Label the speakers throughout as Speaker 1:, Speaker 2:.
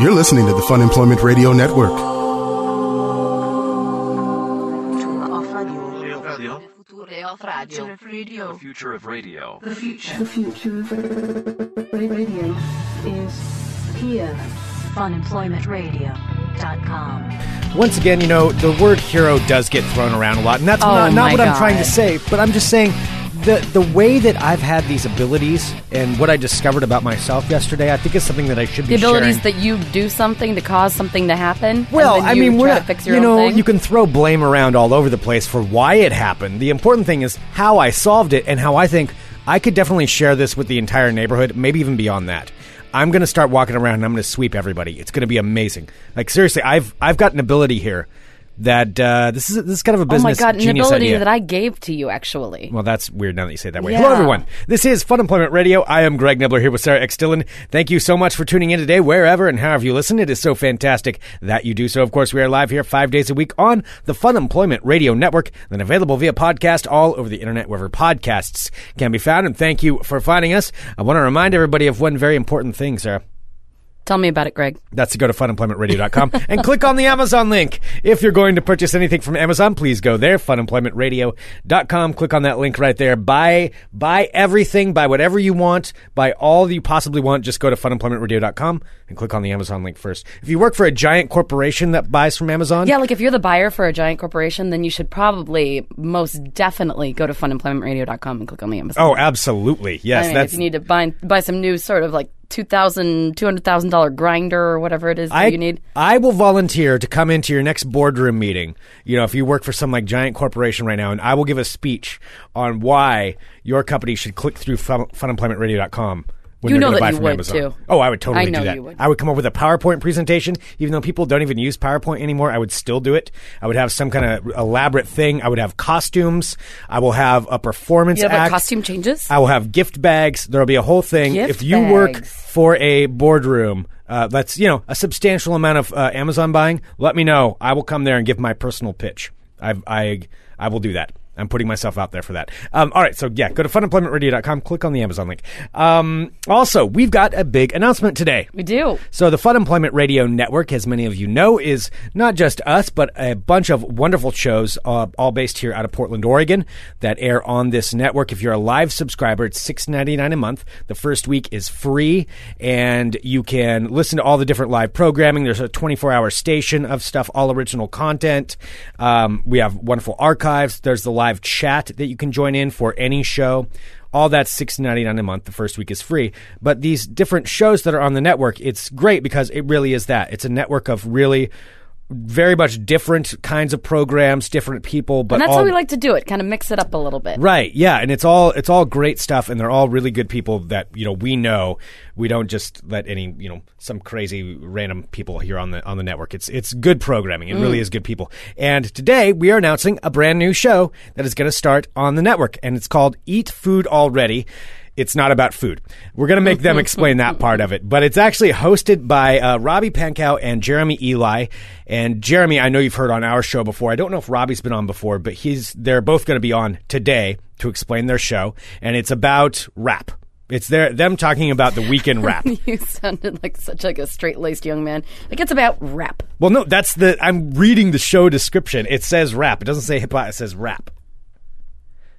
Speaker 1: You're listening to the Fun Employment Radio Network.
Speaker 2: Future of radio.
Speaker 3: Future of Radio. The
Speaker 4: The future of radio.
Speaker 3: future.
Speaker 5: The future of radio is here.
Speaker 2: Funemploymentradio.com.
Speaker 6: Once again, you know, the word hero does get thrown around a lot, and that's
Speaker 2: Oh,
Speaker 6: not, not
Speaker 2: my
Speaker 6: what I'm
Speaker 2: God.
Speaker 6: trying to say, but I'm just saying the, the way that I've had these abilities and what I discovered about myself yesterday, I think is something that I should
Speaker 7: The
Speaker 6: be
Speaker 7: abilities
Speaker 6: sharing.
Speaker 7: that you do something to cause something to happen.
Speaker 6: well,
Speaker 7: Mm-hmm. and then
Speaker 6: I
Speaker 7: you
Speaker 6: mean, we're
Speaker 7: try
Speaker 6: not,
Speaker 7: to fix your
Speaker 6: you
Speaker 7: own
Speaker 6: know,
Speaker 7: thing.
Speaker 6: you can throw blame around all over the place for why it happened. The important thing is how I solved it and how I think I could definitely share this with the entire neighborhood, maybe even beyond that. I'm going to start walking around and I'm going to sweep everybody. It's going to be amazing. Like seriously, I've I've got an ability here that uh, this is this is kind of a
Speaker 7: oh my
Speaker 6: business
Speaker 7: god, an
Speaker 6: genius
Speaker 7: ability
Speaker 6: idea.
Speaker 7: that I gave to you actually.
Speaker 6: Well, that's weird now that you say it that way.
Speaker 7: Yeah.
Speaker 6: Hello, everyone. This is Fun Employment Radio. I am Greg Nibbler here with Sarah X. Dillon. Thank you so much for tuning in today, wherever and however you listen. It is so fantastic that you do so. Of course, we are live here five days a week on the Fun Employment Radio Network, then available via podcast all over the internet, wherever podcasts can be found. And thank you for finding us. I want to remind everybody of one very important thing, Sarah.
Speaker 7: Tell me about it, Greg.
Speaker 6: That's to go to funemploymentradio.com and click on the Amazon link. If you're going to purchase anything from Amazon, please go there, funemploymentradio.com. Click on that link right there. Buy, buy everything, buy whatever you want, buy all that you possibly want. Just go to funemploymentradio.com and click on the Amazon link first. If you work for a giant corporation that buys from Amazon,
Speaker 7: Yeah, like if you're the buyer for a giant corporation, then you should probably most definitely go to funemploymentradio.com and click on the Amazon.
Speaker 6: oh, absolutely. Yes,
Speaker 7: I mean, if
Speaker 6: that's
Speaker 7: you need to buy buy some new sort of like two thousand, two hundred thousand dollar grinder or whatever it is that
Speaker 6: I,
Speaker 7: you need.
Speaker 6: I will volunteer to come into your next boardroom meeting. You know, if you work for some like giant corporation right now, and I will give a speech on why your company should click through fun, funemploymentradio.com. When
Speaker 7: You
Speaker 6: you're
Speaker 7: know that
Speaker 6: gonna buy
Speaker 7: you
Speaker 6: from
Speaker 7: would,
Speaker 6: Amazon.
Speaker 7: too.
Speaker 6: Oh, I would totally
Speaker 7: I know
Speaker 6: do that.
Speaker 7: you would.
Speaker 6: I would come up with a PowerPoint presentation, even though people don't even use PowerPoint anymore. I would still do it. I would have some kind of elaborate thing. I would have costumes. I will have a performance
Speaker 7: You have like
Speaker 6: act.
Speaker 7: costume changes?
Speaker 6: I will have gift bags. There will be a whole thing.
Speaker 7: Gift
Speaker 6: if you work
Speaker 7: bags.
Speaker 6: for a boardroom uh, that's you know a substantial amount of uh, Amazon buying, let me know. I will come there and give my personal pitch. I've, I I will do that. I'm putting myself out there for that. Um, all right, so yeah, go to funemploymentradio.com, click on the Amazon link. Um, also, we've got a big announcement today.
Speaker 7: we do.
Speaker 6: So, the Fun Employment Radio Network, as many of you know, is not just us, but a bunch of wonderful shows, uh, all based here out of Portland, Oregon, that air on this network. If you're a live subscriber, it's six ninety nine a month. The first week is free, and you can listen to all the different live programming. There's a twenty four hour station of stuff, all original content. Um, we have wonderful archives. There's the live chat that you can join in for any show. All that's six ninety nine a month. The first week is free. But these different shows that are on the network, it's great because it really is that. It's a network of really very much different kinds of programs, different people, but
Speaker 7: And that's
Speaker 6: all
Speaker 7: how we like to do it, kind of mix it up a little bit.
Speaker 6: Right. Yeah, and it's all it's all great stuff, and they're all really good people that you know we know. We don't just let any you know some crazy random people here on the on the network. It's it's good programming. It
Speaker 7: Mm.
Speaker 6: really is good people. And today we are announcing a brand new show that is going to start on the network, and it's called Eat Food Already. It's not about food. We're going to make them explain that part of it, but it's actually hosted by uh, Robbie Pankow and Jeremy Eli. And Jeremy, I know you've heard on our show before. I don't know if Robbie's been on before, but he's they're both going to be on today to explain their show, and it's about rap. It's their them talking about the weekend rap.
Speaker 7: You sounded like such like a straight laced young man. Like it's about rap.
Speaker 6: well, no, that's the I'm reading the show description. It says rap. It doesn't say hip hop. It says rap.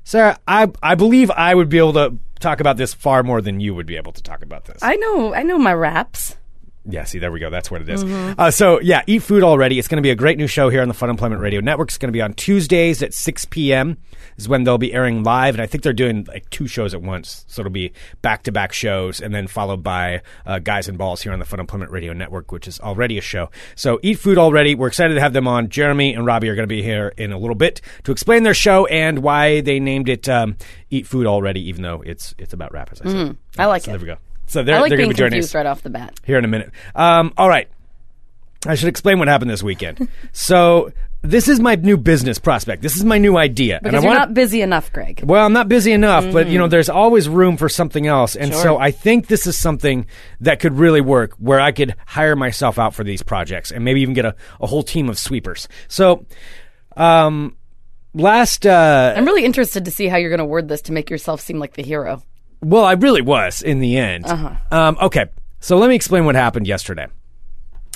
Speaker 6: Sarah, I I believe I would be able to talk about this far more than you would be able to talk about this.
Speaker 7: I know I know my raps.
Speaker 6: Yeah, see, there we go. That's what it is.
Speaker 7: Mm-hmm.
Speaker 6: Uh, so, yeah, Eat Food Already. It's going to be a great new show here on the Fun Employment Radio Network. It's going to be on Tuesdays at 6 p.m. is when they'll be airing live. And I think they're doing like two shows at once. So it'll be back to back shows and then followed by uh, Guys and Balls here on the Fun Employment Radio Network, which is already a show. So, Eat Food Already. We're excited to have them on. Jeremy and Robbie are going to be here in a little bit to explain their show and why they named it um, Eat Food Already, even though it's it's about rap, as I said.
Speaker 7: I like
Speaker 6: so
Speaker 7: it.
Speaker 6: There we go. So they're,
Speaker 7: Mm-hmm. I like
Speaker 6: they're going
Speaker 7: being
Speaker 6: to be joining us
Speaker 7: confused right off the bat.
Speaker 6: here in a minute. Um, all right. I should explain what happened this weekend. so this is my new business prospect. This is my new idea.
Speaker 7: Because
Speaker 6: I
Speaker 7: you're
Speaker 6: wanna-
Speaker 7: not Mm. busy enough, Greg.
Speaker 6: well, I'm not busy enough, but you know, there's always room for something else. And so I think this is something that could really work where I could hire myself out for these projects and maybe even get a, a whole team of sweepers. So um uh, last uh
Speaker 7: I'm really interested to see how you're going to word this to make yourself seem like the hero.
Speaker 6: Well, I really was in the end.
Speaker 7: Uh-huh.
Speaker 6: Um, okay, so let me explain what happened yesterday.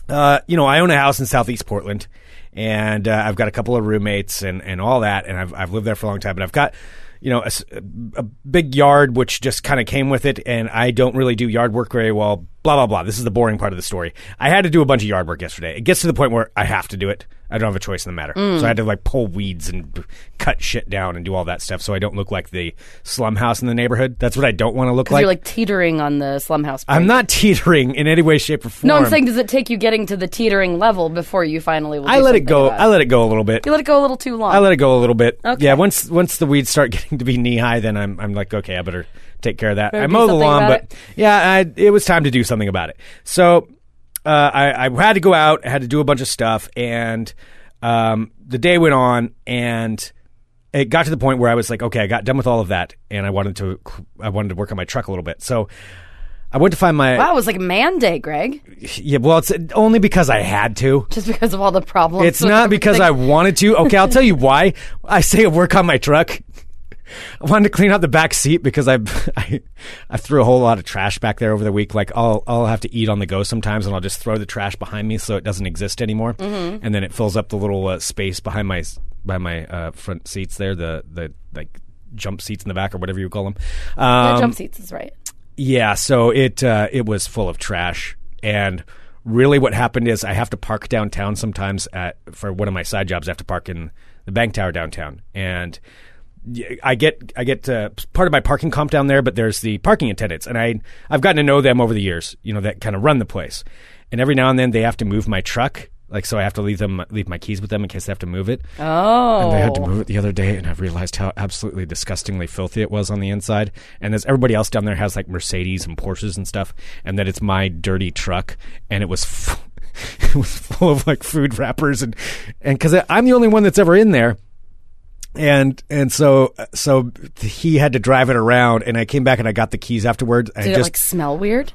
Speaker 6: Uh, you know, I own a house in Southeast Portland, and uh, I've got a couple of roommates and, and all that, and I've I've lived there for a long time, but I've got you know a, s- a big yard which just kind of came with it, and I don't really do yard work very well. Blah blah blah. This is the boring part of the story. I had to do a bunch of yard work yesterday. It gets to the point where I have to do it. I don't have a choice in the matter, so I had to like pull weeds and b- cut shit down and do all that stuff, so I don't look like the slum house in the neighborhood. That's what I don't want to look like.
Speaker 7: you're like teetering on the slum house.
Speaker 6: I'm
Speaker 7: brink.
Speaker 6: not teetering in any way, shape, or form.
Speaker 7: No, I'm saying, does it take you getting to the teetering level before you finally? Will
Speaker 6: I
Speaker 7: do
Speaker 6: let it
Speaker 7: something
Speaker 6: go.
Speaker 7: about
Speaker 6: I let it go a little bit.
Speaker 7: You let it go a little too long.
Speaker 6: I let it go a little bit.
Speaker 7: Okay.
Speaker 6: Yeah, once once the weeds start getting to be knee high, then I'm I'm like, okay, I better take care of that.
Speaker 7: Better
Speaker 6: I
Speaker 7: do
Speaker 6: mow the
Speaker 7: something
Speaker 6: lawn,
Speaker 7: about
Speaker 6: but yeah, I, it was time to do something about it. So uh, I, I had to go out, I had to do a bunch of stuff, and um, the day went on, and it got to the point where I was like, okay, I got done with all of that, and I wanted to I wanted to work on my truck a little bit. So I went to find my
Speaker 7: Wow, it was like man day, Greg.
Speaker 6: yeah. Well, it's only because I had to.
Speaker 7: Just because of all the problems.
Speaker 6: It's not because I wanted to. Okay, I'll tell you why. I say I work on my truck. I wanted to clean out the back seat because I, I I threw a whole lot of trash back there over the week. Like I'll I'll have to eat on the go sometimes, and I'll just throw the trash behind me so it doesn't exist anymore,
Speaker 7: Mm-hmm.
Speaker 6: and then it fills up the little uh, space behind my s- by my uh, front seats there, the the like jump seats in the back or whatever you call them. Um,
Speaker 7: jump seats is right.
Speaker 6: yeah, so it uh, it was full of trash, and really, what happened is I have to park downtown sometimes at for one of my side jobs. I have to park in the bank tower downtown, and y- I get I get uh, part of my parking comp down there, but there's the parking attendants, and I I've gotten to know them over the years, you know, that kind of run the place, and every now and then they have to move my truck. Like so, I have to leave them leave my keys with them in case they have to move it.
Speaker 7: Oh,
Speaker 6: And they had to move it the other day, and I realized how absolutely disgustingly filthy it was on the inside. And there's everybody else down there has like Mercedes and Porsches and stuff, and that it's my dirty truck, and it was. F- it was full of like food wrappers and and because I'm the only one that's ever in there, and and so so he had to drive it around, and I came back and I got the keys afterwards. I
Speaker 7: Did it
Speaker 6: just
Speaker 7: like smell weird?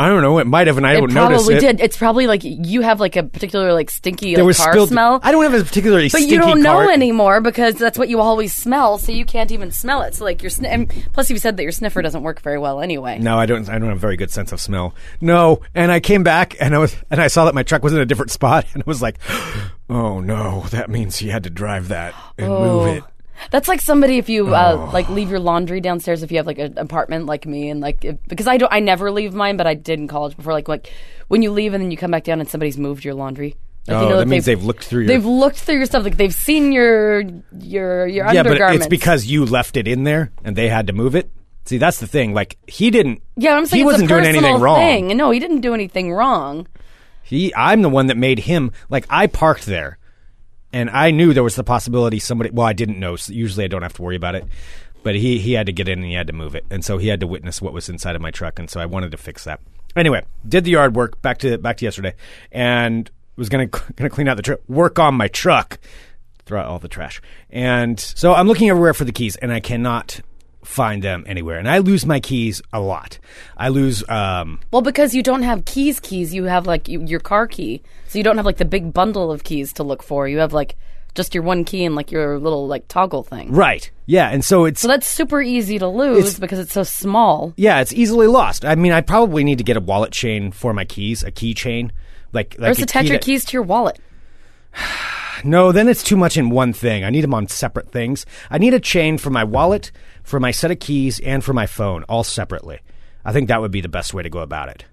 Speaker 6: I don't know, it might have, and I
Speaker 7: It
Speaker 6: don't notice
Speaker 7: probably
Speaker 6: it.
Speaker 7: did. It's probably like you have like a particular like stinky
Speaker 6: There
Speaker 7: like,
Speaker 6: was
Speaker 7: car
Speaker 6: spilled
Speaker 7: smell.
Speaker 6: I don't have a particularly
Speaker 7: but
Speaker 6: stinky
Speaker 7: you don't
Speaker 6: car.
Speaker 7: know anymore because that's what you always smell, so you can't even smell it. So like your sni- and plus you said that your sniffer doesn't work very well anyway.
Speaker 6: No, I don't. I don't have a very good sense of smell. No, and I came back and I was and I saw that my truck was in a different spot and I was like, oh no, that means he had to drive that and
Speaker 7: Oh,
Speaker 6: move it.
Speaker 7: That's like somebody if you
Speaker 6: Oh.
Speaker 7: uh, like leave your laundry downstairs if you have like an apartment like me and like if, because I don't I never leave mine but I did in college before like like when you leave and then you come back down and somebody's moved your laundry. Like,
Speaker 6: Oh,
Speaker 7: you know,
Speaker 6: that
Speaker 7: like,
Speaker 6: means they've looked through your-
Speaker 7: they've looked through your stuff like they've seen your your your
Speaker 6: Yeah, but
Speaker 7: undergarments.
Speaker 6: it's because you left it in there and they had to move it. See, that's the thing. Like he didn't.
Speaker 7: yeah I'm saying
Speaker 6: he
Speaker 7: it's
Speaker 6: wasn't
Speaker 7: a
Speaker 6: doing anything
Speaker 7: personal
Speaker 6: wrong.
Speaker 7: Thing. No, he didn't do anything wrong.
Speaker 6: He, I'm the one that made him. Like I parked there, and I knew there was the possibility somebody. Well, I didn't know. So usually, I don't have to worry about it. But he he had to get in and he had to move it, and so he had to witness what was inside of my truck, and so I wanted to fix that. Anyway, did the yard work back to back to yesterday, and was gonna gonna clean out the truck, work on my truck, throw out all the trash, and so I'm looking everywhere for the keys, and I cannot find them anywhere, and I lose my keys a lot. I lose um,
Speaker 7: Well, because you don't have keys, keys. You have like you, your car key, so you don't have like the big bundle of keys to look for. You have like just your one key and like your little like toggle thing.
Speaker 6: right, yeah, and so it's
Speaker 7: So that's super easy to lose
Speaker 6: It's-
Speaker 7: because it's so small.
Speaker 6: Yeah, it's easily lost. I mean, I probably need to get a wallet chain for my keys, a keychain. Like, like
Speaker 7: Or just attach
Speaker 6: key
Speaker 7: your
Speaker 6: that-
Speaker 7: keys to your wallet.
Speaker 6: No, then it's too much in one thing. I need them on separate things. I need a chain for my wallet, for my set of keys, and for my phone, all separately. I think that would be the best way to go about it.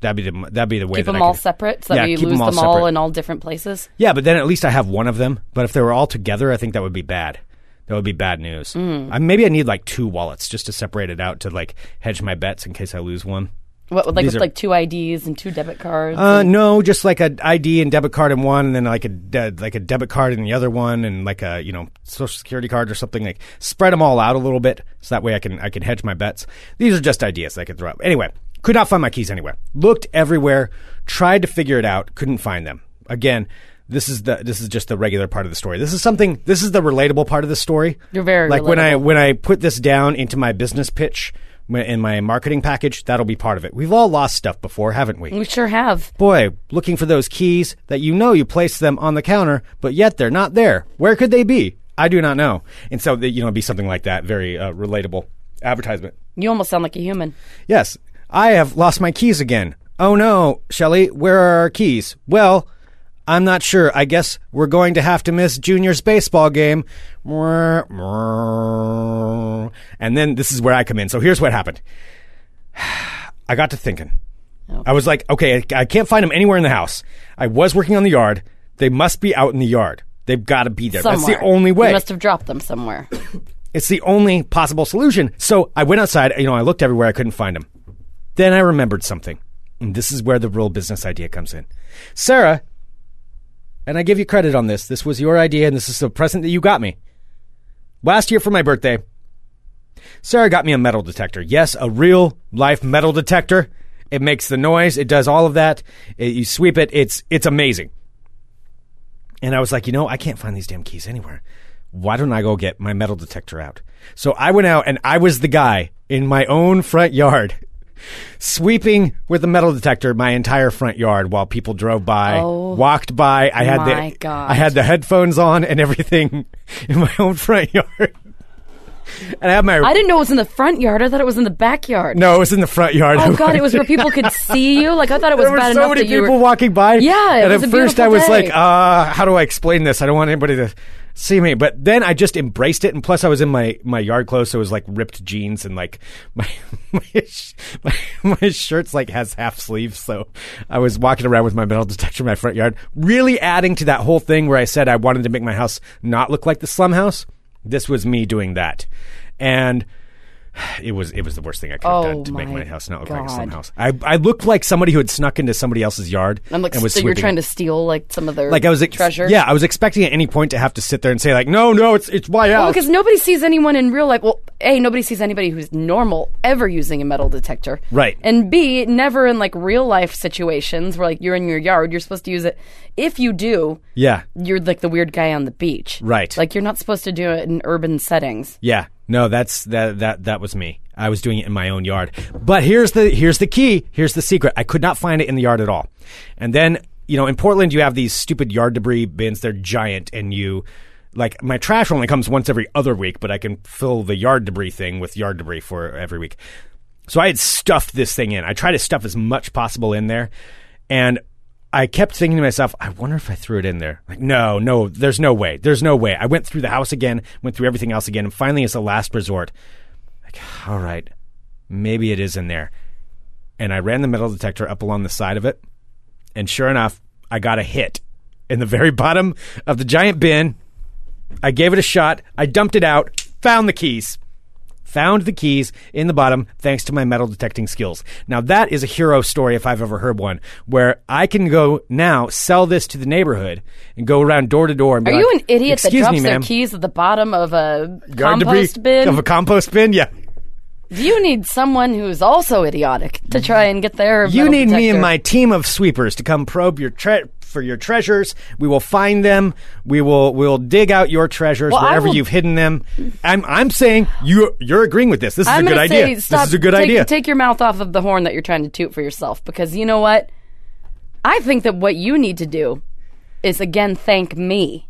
Speaker 6: That'd be the that'd be the way
Speaker 7: Keep
Speaker 6: that
Speaker 7: them
Speaker 6: I
Speaker 7: all
Speaker 6: could-
Speaker 7: separate so that
Speaker 6: Yeah,
Speaker 7: way you
Speaker 6: keep
Speaker 7: lose them all,
Speaker 6: separate.
Speaker 7: in all different places.
Speaker 6: Yeah, but then at least I have one of them. But if they were all together, I think that would be bad. That would be bad news.
Speaker 7: Mm.
Speaker 6: I, maybe I need like two wallets just to separate it out to like hedge my bets in case I lose one.
Speaker 7: What, like
Speaker 6: These
Speaker 7: with
Speaker 6: are-
Speaker 7: like two IDs and two debit cards.
Speaker 6: Uh,
Speaker 7: and-
Speaker 6: no, just like a ID and debit card in one, and then like a de- like a debit card in the other one, and like a you know social security card or something. Like spread them all out a little bit, so that way I can I can hedge my bets. These are just ideas that I could throw up. Anyway, could not find my keys anywhere. Looked everywhere, tried to figure it out, couldn't find them. Again, this is the this is just the regular part of the story. This is something. This is the relatable part of the story.
Speaker 7: You're very
Speaker 6: like when I
Speaker 7: relatable.
Speaker 6: when I put this down into my business pitch. In my marketing package, that'll be part of it. We've all lost stuff before, haven't we?
Speaker 7: we sure have.
Speaker 6: Boy, looking for those keys that you know you placed them on the counter, but yet they're not there. Where could they be? I do not know. And so, you know, it'd be something like that, very uh, relatable. advertisement.
Speaker 7: You almost sound like a human.
Speaker 6: Yes, I have lost my keys again. Oh no, Shelley, where are our keys? Well, I'm not sure. I guess we're going to have to miss Junior's baseball game. And then this is where I come in. So here's what happened I got to thinking. I was like, okay, I I can't find them anywhere in the house. I was working on the yard. They must be out in the yard. They've got to be there.
Speaker 7: Somewhere.
Speaker 6: That's the only way.
Speaker 7: You must have dropped them somewhere.
Speaker 6: It's the only possible solution. So I went outside. You know, I looked everywhere. I couldn't find him. Then I remembered something. And this is where the real business idea comes in. Sarah, and I give you credit on this. This was your idea, and this is the present that you got me. Last year for my birthday, Sarah got me a metal detector. Yes, a real life metal detector. It makes the noise. It does all of that. It- you sweep it. It's it's amazing. And I was like, you know, I can't find these damn keys anywhere. Why don't I go get my metal detector out? So I went out and I was the guy in my own front yard, sweeping with the metal detector my entire front yard while people drove by,
Speaker 7: Oh.
Speaker 6: walked by. I had
Speaker 7: My
Speaker 6: the
Speaker 7: God.
Speaker 6: I had the headphones on and everything in my own front yard. And I had my
Speaker 7: I didn't know it was in the front yard. I thought it was in the backyard.
Speaker 6: no, it was in the front yard.
Speaker 7: Oh God, it was where people could see you. Like I thought it was
Speaker 6: there were
Speaker 7: bad
Speaker 6: so
Speaker 7: enough
Speaker 6: many
Speaker 7: that you
Speaker 6: people
Speaker 7: were.
Speaker 6: walking by.
Speaker 7: Yeah, it
Speaker 6: and
Speaker 7: was
Speaker 6: at
Speaker 7: a
Speaker 6: first I
Speaker 7: beautiful
Speaker 6: was
Speaker 7: day.
Speaker 6: like, uh, "How do I explain this? I don't want anybody to see me." But then I just embraced it, and plus I was in my, my yard clothes, so it was like ripped jeans and like my my, sh- my my shirt's like has half sleeves, so I was walking around with my metal detector in my front yard, really adding to that whole thing where I said I wanted to make my house not look like the slum house. This was me doing that, and. It was it was the worst thing I could have
Speaker 7: Oh
Speaker 6: done to make
Speaker 7: my
Speaker 6: my house not look like a slum
Speaker 7: God.
Speaker 6: house. I, I looked like somebody who had snuck into somebody else's yard
Speaker 7: I'm like,
Speaker 6: and
Speaker 7: so
Speaker 6: was
Speaker 7: you're
Speaker 6: sweeping
Speaker 7: trying
Speaker 6: it.
Speaker 7: to steal like some of their
Speaker 6: like I was ex-
Speaker 7: treasure.
Speaker 6: Yeah, I was expecting at any point to have to sit there and say like, no, no, it's it's my
Speaker 7: Well,
Speaker 6: house.
Speaker 7: because Oh, nobody sees anyone in real life. Well, a nobody sees anybody who's normal ever using a metal detector.
Speaker 6: Right.
Speaker 7: And b never in like real life situations where like you're in your yard, you're supposed to use it. If you do,
Speaker 6: yeah,
Speaker 7: you're like the weird guy on the beach.
Speaker 6: Right.
Speaker 7: Like you're not supposed to do it in urban settings.
Speaker 6: yeah, no, that's that that that was me. I was doing it in my own yard. But here's the here's the key. Here's the secret. I could not find it in the yard at all. And then you know in Portland you have these stupid yard debris bins. They're giant, and you. Like my trash only comes once every other week, but I can fill the yard debris thing with yard debris for every week. So I had stuffed this thing in. I tried to stuff as much possible in there. And I kept thinking to myself, I wonder if I threw it in there. Like, no, no, there's no way. There's no way. I went through the house again, went through everything else again. And finally, as a last resort, like, all right, maybe it is in there. And I ran the metal detector up along the side of it. And sure enough, I got a hit in the very bottom of the giant bin. I gave it a shot. I dumped it out, found the keys found the keys in the bottom thanks to my metal detecting skills. Now that is a hero story if I've ever heard one, where I can go now sell this to the neighborhood and go around door to door. And be
Speaker 7: Are
Speaker 6: like,
Speaker 7: you an idiot that
Speaker 6: Excuse
Speaker 7: drops
Speaker 6: me,
Speaker 7: their
Speaker 6: ma'am,
Speaker 7: keys at the bottom of a
Speaker 6: yard
Speaker 7: compost
Speaker 6: debris
Speaker 7: bin?
Speaker 6: of a compost bin? Yeah.
Speaker 7: Do you need someone who's also idiotic to try and get their?
Speaker 6: You
Speaker 7: metal
Speaker 6: need me and
Speaker 7: detector?
Speaker 6: my team of sweepers to come probe your tre- for your treasures. We will find them. We will we'll dig out your treasures
Speaker 7: Well, I
Speaker 6: wherever
Speaker 7: will-
Speaker 6: you've hidden them. I'm I'm saying you you're agreeing with this. This is
Speaker 7: I'm
Speaker 6: a good
Speaker 7: gonna
Speaker 6: idea.
Speaker 7: Say, stop,
Speaker 6: this is a good
Speaker 7: take,
Speaker 6: idea.
Speaker 7: Take your mouth off of the horn that you're trying to toot for yourself because you know what? I think that what you need to do is again thank me.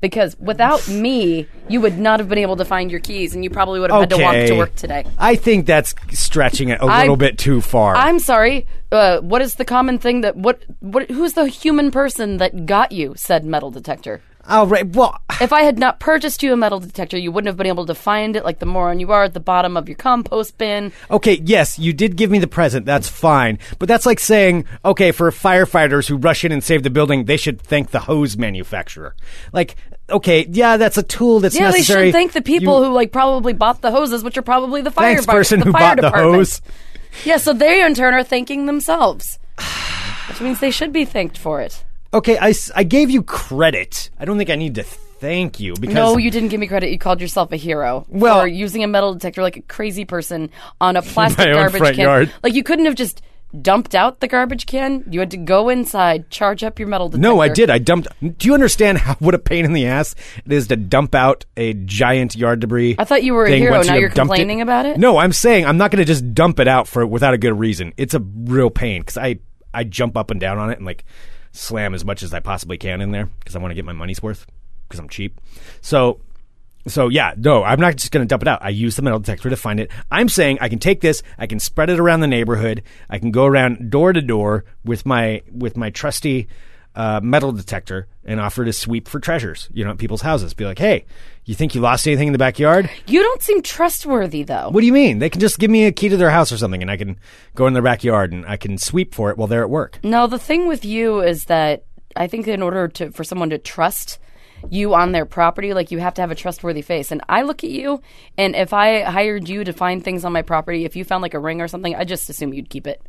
Speaker 7: Because without me, you would not have been able to find your keys and you probably would have had to walk to work today.
Speaker 6: I think that's stretching it a
Speaker 7: I-
Speaker 6: little bit too far.
Speaker 7: I'm sorry. Uh, what is the common thing that what what who's the human person that got you said metal detector?
Speaker 6: All right. Well,
Speaker 7: If I had not purchased you a metal detector, you wouldn't have been able to find it like the moron you are at the bottom of your compost bin.
Speaker 6: okay. Yes, you did give me the present. That's fine. But that's like saying, okay, for firefighters who rush in and save the building, they should thank the hose manufacturer. Like, okay, yeah, that's a tool that's
Speaker 7: Yeah,
Speaker 6: necessary.
Speaker 7: they should thank the people
Speaker 6: You-
Speaker 7: who like probably bought the hoses, which are probably the fire
Speaker 6: Thanks,
Speaker 7: bar-
Speaker 6: person
Speaker 7: the
Speaker 6: who
Speaker 7: fire
Speaker 6: bought the
Speaker 7: department.
Speaker 6: hose.
Speaker 7: Yeah, so they in turn are thanking themselves, which means they should be thanked for it.
Speaker 6: Okay, I, s- I gave you credit. I don't think I need to thank you because
Speaker 7: No, you didn't give me credit. You called yourself a hero
Speaker 6: Well-
Speaker 7: for using a metal detector like a crazy person on a plastic
Speaker 6: My own
Speaker 7: garbage
Speaker 6: front
Speaker 7: can.
Speaker 6: yard.
Speaker 7: Like you couldn't have just dumped out the garbage can. You had to go inside, charge up your metal detector.
Speaker 6: No, I did. I dumped. Do you understand how what a pain in the ass it is to dump out a giant yard debris?
Speaker 7: I thought you were a
Speaker 6: thing
Speaker 7: hero.
Speaker 6: once
Speaker 7: Now
Speaker 6: you have
Speaker 7: you're
Speaker 6: dumped
Speaker 7: complaining about it?
Speaker 6: No, I'm saying I'm not going to just dump it out for without a good reason. It's a real pain because I I jump up and down on it and like slam as much as I possibly can in there because I want to get my money's worth because I'm cheap. So So yeah, no, I'm not just going to dump it out. I use the metal detector to find it. I'm saying I can take this, I can spread it around the neighborhood, I can go around door to door with my with my trusty uh, metal detector and offer to sweep for treasures, you know, at people's houses. Be like, hey, you think you lost anything in the backyard?
Speaker 7: You don't seem trustworthy, though.
Speaker 6: What do you mean? They can just give me a key to their house or something, and I can go in their backyard and I can sweep for it while they're at work.
Speaker 7: No, the thing with you is that I think in order to for someone to trust you on their property, like you have to have a trustworthy face. And I look at you, and if I hired you to find things on my property, if you found like a ring or something, I just assume you'd keep it.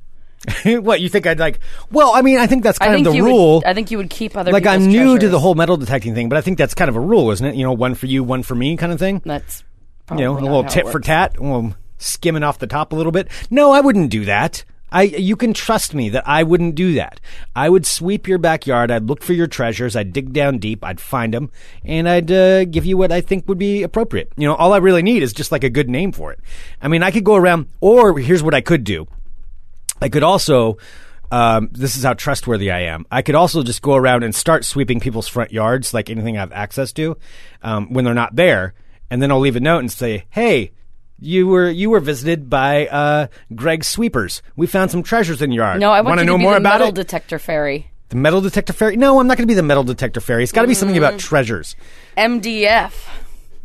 Speaker 6: what you think? I'd like? Well, I mean, I think that's kind
Speaker 7: I think
Speaker 6: of the
Speaker 7: you
Speaker 6: rule.
Speaker 7: Would, I think you would keep other.
Speaker 6: like I'm
Speaker 7: people's
Speaker 6: new to
Speaker 7: treasures.
Speaker 6: the whole metal detecting thing, but I think that's kind of a rule, isn't it? You know, one for you, one for me, kind of thing.
Speaker 7: That's
Speaker 6: you
Speaker 7: probably
Speaker 6: know, a
Speaker 7: not
Speaker 6: little
Speaker 7: how it
Speaker 6: tit for
Speaker 7: works.
Speaker 6: tat, a little skimming off the top a little bit. No, I wouldn't do that. I, you can trust me that I wouldn't do that. I would sweep your backyard. I'd look for your treasures. I'd dig down deep. I'd find them, and I'd uh, give you what I think would be appropriate. You know, all I really need is just like a good name for it. I mean, I could go around, or here's what I could do. I could also, um, this is how trustworthy I am. I could also just go around and start sweeping people's front yards, like anything I have access to, um, when they're not there, and then I'll leave a note and say, "Hey, you were you were visited by uh, Greg Sweepers. We found some treasures in your yard.
Speaker 7: No, I want
Speaker 6: Wanna
Speaker 7: you to
Speaker 6: know
Speaker 7: be
Speaker 6: more
Speaker 7: the
Speaker 6: about
Speaker 7: metal
Speaker 6: it?
Speaker 7: detector fairy,
Speaker 6: the metal detector fairy. No, I'm not going to be the metal detector fairy. It's got to be something
Speaker 7: Mm.
Speaker 6: about treasures.
Speaker 7: MDF.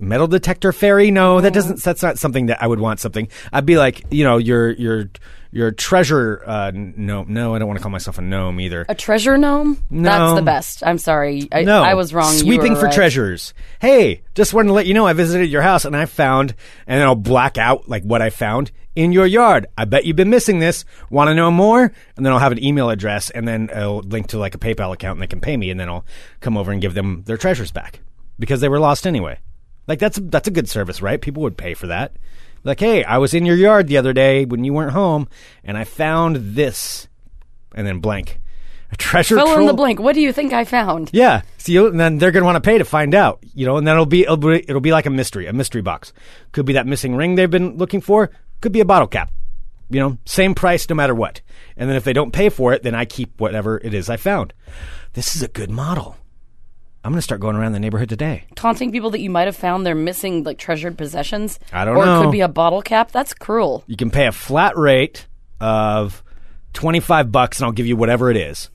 Speaker 6: Metal detector fairy? No, that doesn't. That's not something that I would want. Something I'd be like, you know, your your your treasure. Uh, no, no, I don't want to call myself a gnome either.
Speaker 7: A treasure gnome?
Speaker 6: No.
Speaker 7: That's the best. I'm sorry. I,
Speaker 6: No,
Speaker 7: I was wrong. You
Speaker 6: Sweeping
Speaker 7: were
Speaker 6: for
Speaker 7: right.
Speaker 6: treasures. Hey, just wanted to let you know I visited your house and I found, and then I'll black out like what I found in your yard. I bet you've been missing this. Want to know more? And then I'll have an email address and then I'll link to like a PayPal account and they can pay me, and then I'll come over and give them their treasures back because they were lost anyway. Like that's that's a good service, right? People would pay for that. Like, hey, I was in your yard the other day when you weren't home, and I found this, and then blank, a treasure.
Speaker 7: Fill in the
Speaker 6: trove-
Speaker 7: blank. What do you think I found?
Speaker 6: yeah. See, you- and then they're going to want to pay to find out, you know, and then it'll be, it'll be it'll be like a mystery, a mystery box. Could be that missing ring they've been looking for. Could be a bottle cap. You know, same price no matter what. And then if they don't pay for it, then I keep whatever it is I found. This is a good model. I'm going to start going around the neighborhood today.
Speaker 7: taunting people that you might have found their missing like treasured possessions.
Speaker 6: I don't
Speaker 7: or
Speaker 6: know.
Speaker 7: it could be a bottle cap. That's cruel.
Speaker 6: You can pay a flat rate of 25 bucks and I'll give you whatever it is.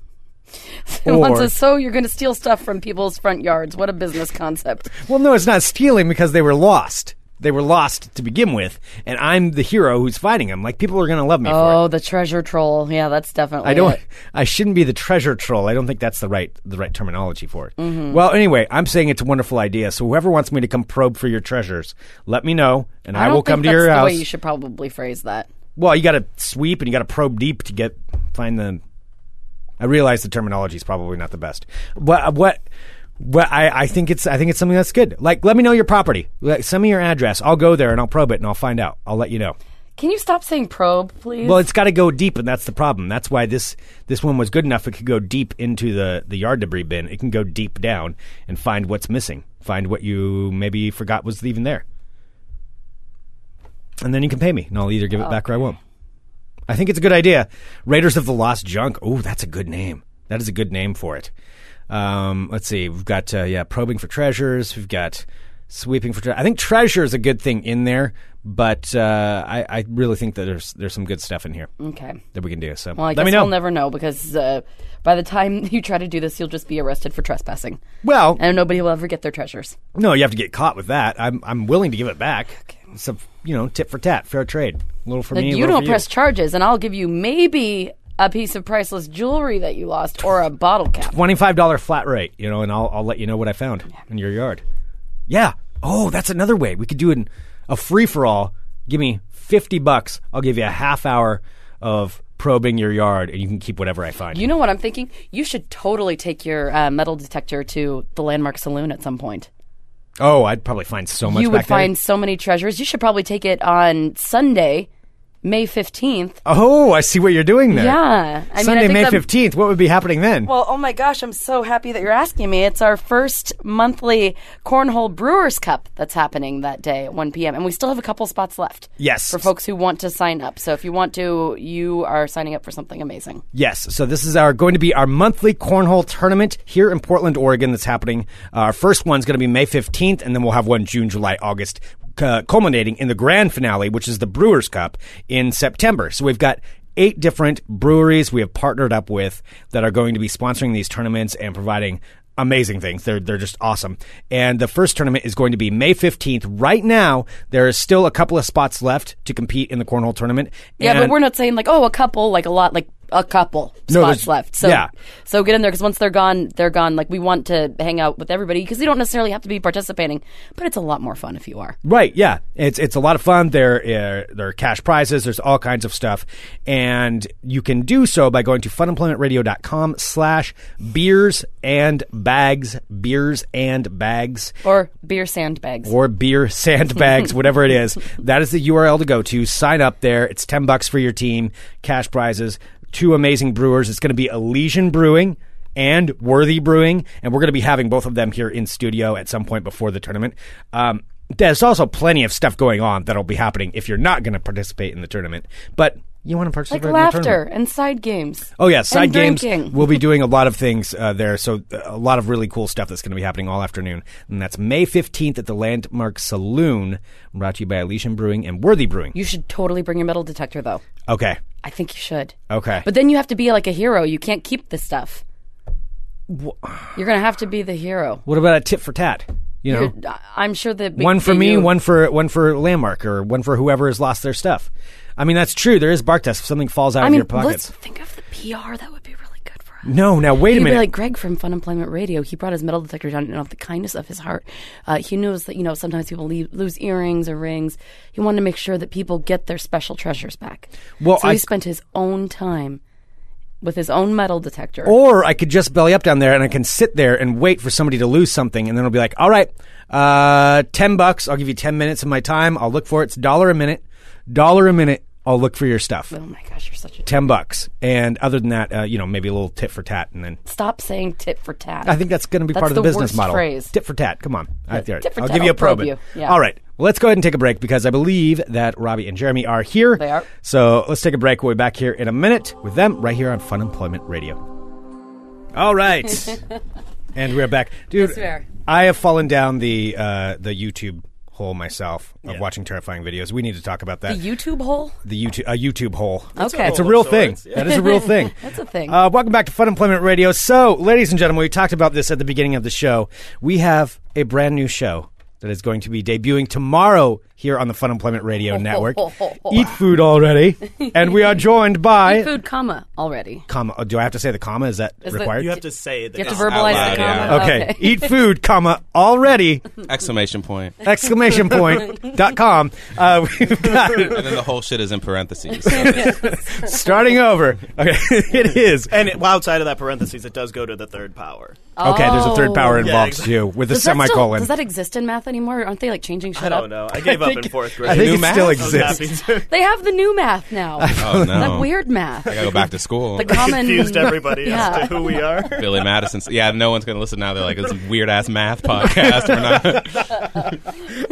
Speaker 7: One
Speaker 6: Or-
Speaker 7: says, so you're going to steal stuff from people's front yards. What a business concept.
Speaker 6: Well, no, it's not stealing because they were lost. They were lost to begin with, and I'm the hero who's fighting them. Like people are going to love me for it.
Speaker 7: Oh, the treasure troll. Yeah, that's definitely.
Speaker 6: I don't.
Speaker 7: it.
Speaker 6: I shouldn't be the treasure troll. I don't think that's the right the right terminology for it.
Speaker 7: Mm-hmm.
Speaker 6: Well, anyway, I'm saying it's a wonderful idea. So whoever wants me to come probe for your treasures, let me know, and I,
Speaker 7: don't
Speaker 6: will
Speaker 7: think
Speaker 6: come to
Speaker 7: that's
Speaker 6: your
Speaker 7: the
Speaker 6: house.
Speaker 7: Way you should probably phrase that.
Speaker 6: well, you got to sweep and you got to probe deep to get find the. I realize the terminology is probably not the best. What what. What I, I think it's I think it's something that's good. Like, let me know your property. Like, send me your address. I'll go there and I'll probe it and I'll find out. I'll let you know.
Speaker 7: Can you stop saying probe, please?
Speaker 6: Well, it's got to go deep, and that's the problem. That's why this this one was good enough. It could go deep into the the yard debris bin. It can go deep down and find what's missing, find what you maybe forgot was even there, and then you can pay me, and I'll either give it back or I won't. I think it's a good idea. Raiders of the Lost Junk. Oh, that's a good name. That is a good name for it. Um, let's see. We've got uh, yeah, probing for treasures. We've got sweeping for. Tre- I think treasure is a good thing in there, but uh, I, I really think that there's there's some good stuff in here
Speaker 7: okay.
Speaker 6: that we can do. So
Speaker 7: Well, I
Speaker 6: let
Speaker 7: guess
Speaker 6: me know.
Speaker 7: we'll never know because uh, by the time you try to do this, you'll just be arrested for trespassing,
Speaker 6: well,
Speaker 7: and nobody will ever get their treasures.
Speaker 6: no, you have to get caught with that. I'm I'm willing to give it back. So you know, tit for tat, fair trade. A little for
Speaker 7: Like,
Speaker 6: me. a
Speaker 7: you
Speaker 6: little
Speaker 7: don't
Speaker 6: for
Speaker 7: press charges, and I'll give you maybe a piece of priceless jewelry that you lost or a bottle cap.
Speaker 6: twenty-five dollar flat rate, you know, and I'll I'll let you know what I found in your yard. Yeah. Oh, that's another way we could do an, a free for all. Give me fifty bucks. I'll give you a half hour of probing your yard, and you can keep whatever I find.
Speaker 7: You know what I'm thinking? You should totally take your uh, metal detector to the Landmark Saloon at some point.
Speaker 6: oh, I'd probably find so much.
Speaker 7: You
Speaker 6: back
Speaker 7: would
Speaker 6: there.
Speaker 7: find so many treasures. You should probably take it on Sunday May 15th.
Speaker 6: Oh, I see what you're doing there.
Speaker 7: Yeah. I mean, I
Speaker 6: Sunday,
Speaker 7: think
Speaker 6: May
Speaker 7: that-
Speaker 6: 15th. What would be happening then?
Speaker 7: Well, oh my gosh, I'm so happy that you're asking me. It's our first monthly Cornhole Brewers Cup that's happening that day at 1 p.m. And we still have a couple spots left.
Speaker 6: Yes.
Speaker 7: For folks who want to sign up. So if you want to, you are signing up for something amazing.
Speaker 6: Yes, so this is our going to be our monthly cornhole tournament here in Portland, Oregon. That's happening. Uh, our first one's going to be May fifteenth, and then we'll have one June, July, August, uh, culminating in the grand finale, which is the Brewers Cup in September. So we've got eight different breweries we have partnered up with that are going to be sponsoring these tournaments and providing amazing things. They're they're just awesome. And the first tournament is going to be May 15th. Right now, there is still a couple of spots left to compete in the cornhole tournament.
Speaker 7: Yeah, but
Speaker 6: And-
Speaker 7: we're not saying like, oh, a couple, like a lot, like a couple
Speaker 6: No,
Speaker 7: spots
Speaker 6: there's-
Speaker 7: left. So,
Speaker 6: yeah.
Speaker 7: so get in there because once they're gone, they're gone. Like we want to hang out with everybody because you don't necessarily have to be participating, but it's a lot more fun if you are.
Speaker 6: Right, yeah, it's it's a lot of fun. There uh, there are cash prizes. There's all kinds of stuff, and you can do so by going to funemploymentradio.com slash beers and bags, beers and bags,
Speaker 7: Or beer sandbags.
Speaker 6: or beer sandbags, whatever it is. That is the URL to go to. Sign up there. It's ten bucks for your team, cash prizes, two amazing brewers. It's going to be Elysian Brewing and Worthy Brewing, and we're going to be having both of them here in studio at some point before the tournament. Um, there's also plenty of stuff going on that'll be happening if you're not going to participate in the tournament, but you want to participate
Speaker 7: like
Speaker 6: in the
Speaker 7: laughter
Speaker 6: tournament.
Speaker 7: and side games.
Speaker 6: Oh yeah, side
Speaker 7: and
Speaker 6: games.
Speaker 7: Drinking.
Speaker 6: We'll be doing a lot of things uh, there, so uh, a lot of really cool stuff that's going to be happening all afternoon, and that's May fifteenth at the Landmark Saloon, brought to you by Elysian Brewing and Worthy Brewing.
Speaker 7: You should totally bring your metal detector, though.
Speaker 6: okay,
Speaker 7: I think you should.
Speaker 6: okay,
Speaker 7: But then you have to be like a hero. You can't keep this stuff. You're gonna have to be the hero.
Speaker 6: what about a tit for tat? You know,
Speaker 7: You're- I- I'm sure that we-
Speaker 6: one for
Speaker 7: that
Speaker 6: me,
Speaker 7: you-
Speaker 6: one for one for Landmark, or one for whoever has lost their stuff. I mean, that's true. There is bark test if something falls out
Speaker 7: I
Speaker 6: of
Speaker 7: mean,
Speaker 6: your pockets.
Speaker 7: let's think of the PR. That would be really good for us.
Speaker 6: No, now wait a
Speaker 7: He'd be
Speaker 6: minute.
Speaker 7: like Greg from Fun Employment Radio. He brought his metal detector down, and out of the kindness of his heart, uh, he knows that you know sometimes people leave, lose earrings or rings. He wanted to make sure that people get their special treasures back.
Speaker 6: Well,
Speaker 7: so
Speaker 6: I-
Speaker 7: he spent his own time with his own metal detector.
Speaker 6: Or I could just belly up down there and I can sit there and wait for somebody to lose something, and then it'll be like, all right, uh, 10 bucks. I'll give you 10 minutes of my time. I'll look for it. It's a dollar a minute. Dollar a minute. I'll look for your stuff.
Speaker 7: oh my gosh, you're such a
Speaker 6: 10 bucks. And other than that, uh, you know, maybe a little tit for tat. And then
Speaker 7: Stop saying tit for tat.
Speaker 6: I think that's going to be
Speaker 7: That's
Speaker 6: part of the,
Speaker 7: the
Speaker 6: business
Speaker 7: worst
Speaker 6: model.
Speaker 7: phrase.
Speaker 6: Tit for tat. Come on. All right, there.
Speaker 7: tit for
Speaker 6: I'll
Speaker 7: tat,
Speaker 6: give you a
Speaker 7: I'll
Speaker 6: probe.
Speaker 7: probe
Speaker 6: it.
Speaker 7: you. Yeah.
Speaker 6: All right. Well, let's go ahead and take a break because I believe that Robbie and Jeremy are here.
Speaker 7: They are.
Speaker 6: So let's take a break. We'll be back here in a minute with them right here on Fun Employment Radio. All right. and we're back. Dude,
Speaker 7: Yes, we are.
Speaker 6: I have fallen down the uh, the YouTube hole myself of watching terrifying videos. We need to talk about that.
Speaker 7: the YouTube hole.
Speaker 6: The YouTube a YouTube hole.
Speaker 7: Okay.
Speaker 6: It's a real thing. That is a real thing.
Speaker 7: That's a thing.
Speaker 6: Uh, welcome back to Fun Employment Radio. So, ladies and gentlemen, we talked about this at the beginning of the show. We have a brand new show that is going to be debuting tomorrow here on the Fun Employment Radio Network. Eat food already, and we are joined by.
Speaker 7: Food comma already.
Speaker 6: Comma. oh, Do I have to say the comma? Is that
Speaker 7: the-
Speaker 6: required?
Speaker 8: You have to say the
Speaker 7: You have to
Speaker 8: comma
Speaker 7: verbalize
Speaker 8: out
Speaker 7: the
Speaker 8: loud,
Speaker 7: comma.
Speaker 6: okay.
Speaker 7: okay.
Speaker 6: Eat food, comma already
Speaker 8: yeah. Exclamation point.
Speaker 6: exclamation point dot com. Uh, we've got
Speaker 8: And then the whole shit is in parentheses. So it's-
Speaker 6: starting over. Okay, it is.
Speaker 9: And it, well, outside of that parentheses, it does go to the third power.
Speaker 6: Okay, there's a third power
Speaker 7: Oh.
Speaker 6: involved
Speaker 9: Yeah, exactly.
Speaker 6: too, with a
Speaker 7: Does that still-
Speaker 6: semicolon.
Speaker 7: does that exist in math anymore? Aren't they like changing shit
Speaker 9: I
Speaker 7: up?
Speaker 9: don't know. Oh, I gave up in fourth grade.
Speaker 6: I think
Speaker 8: New
Speaker 6: it
Speaker 8: math?
Speaker 6: still
Speaker 9: I was happy
Speaker 6: exists.
Speaker 9: to.
Speaker 7: They have the new math now.
Speaker 8: oh no!
Speaker 7: That weird math.
Speaker 8: I gotta go back to school.
Speaker 7: The common
Speaker 9: Confused everybody
Speaker 7: Yeah.
Speaker 9: as to who we are.
Speaker 8: Billy Madison. Yeah, no one's gonna listen now. They're like, "It's a weird ass math podcast." We're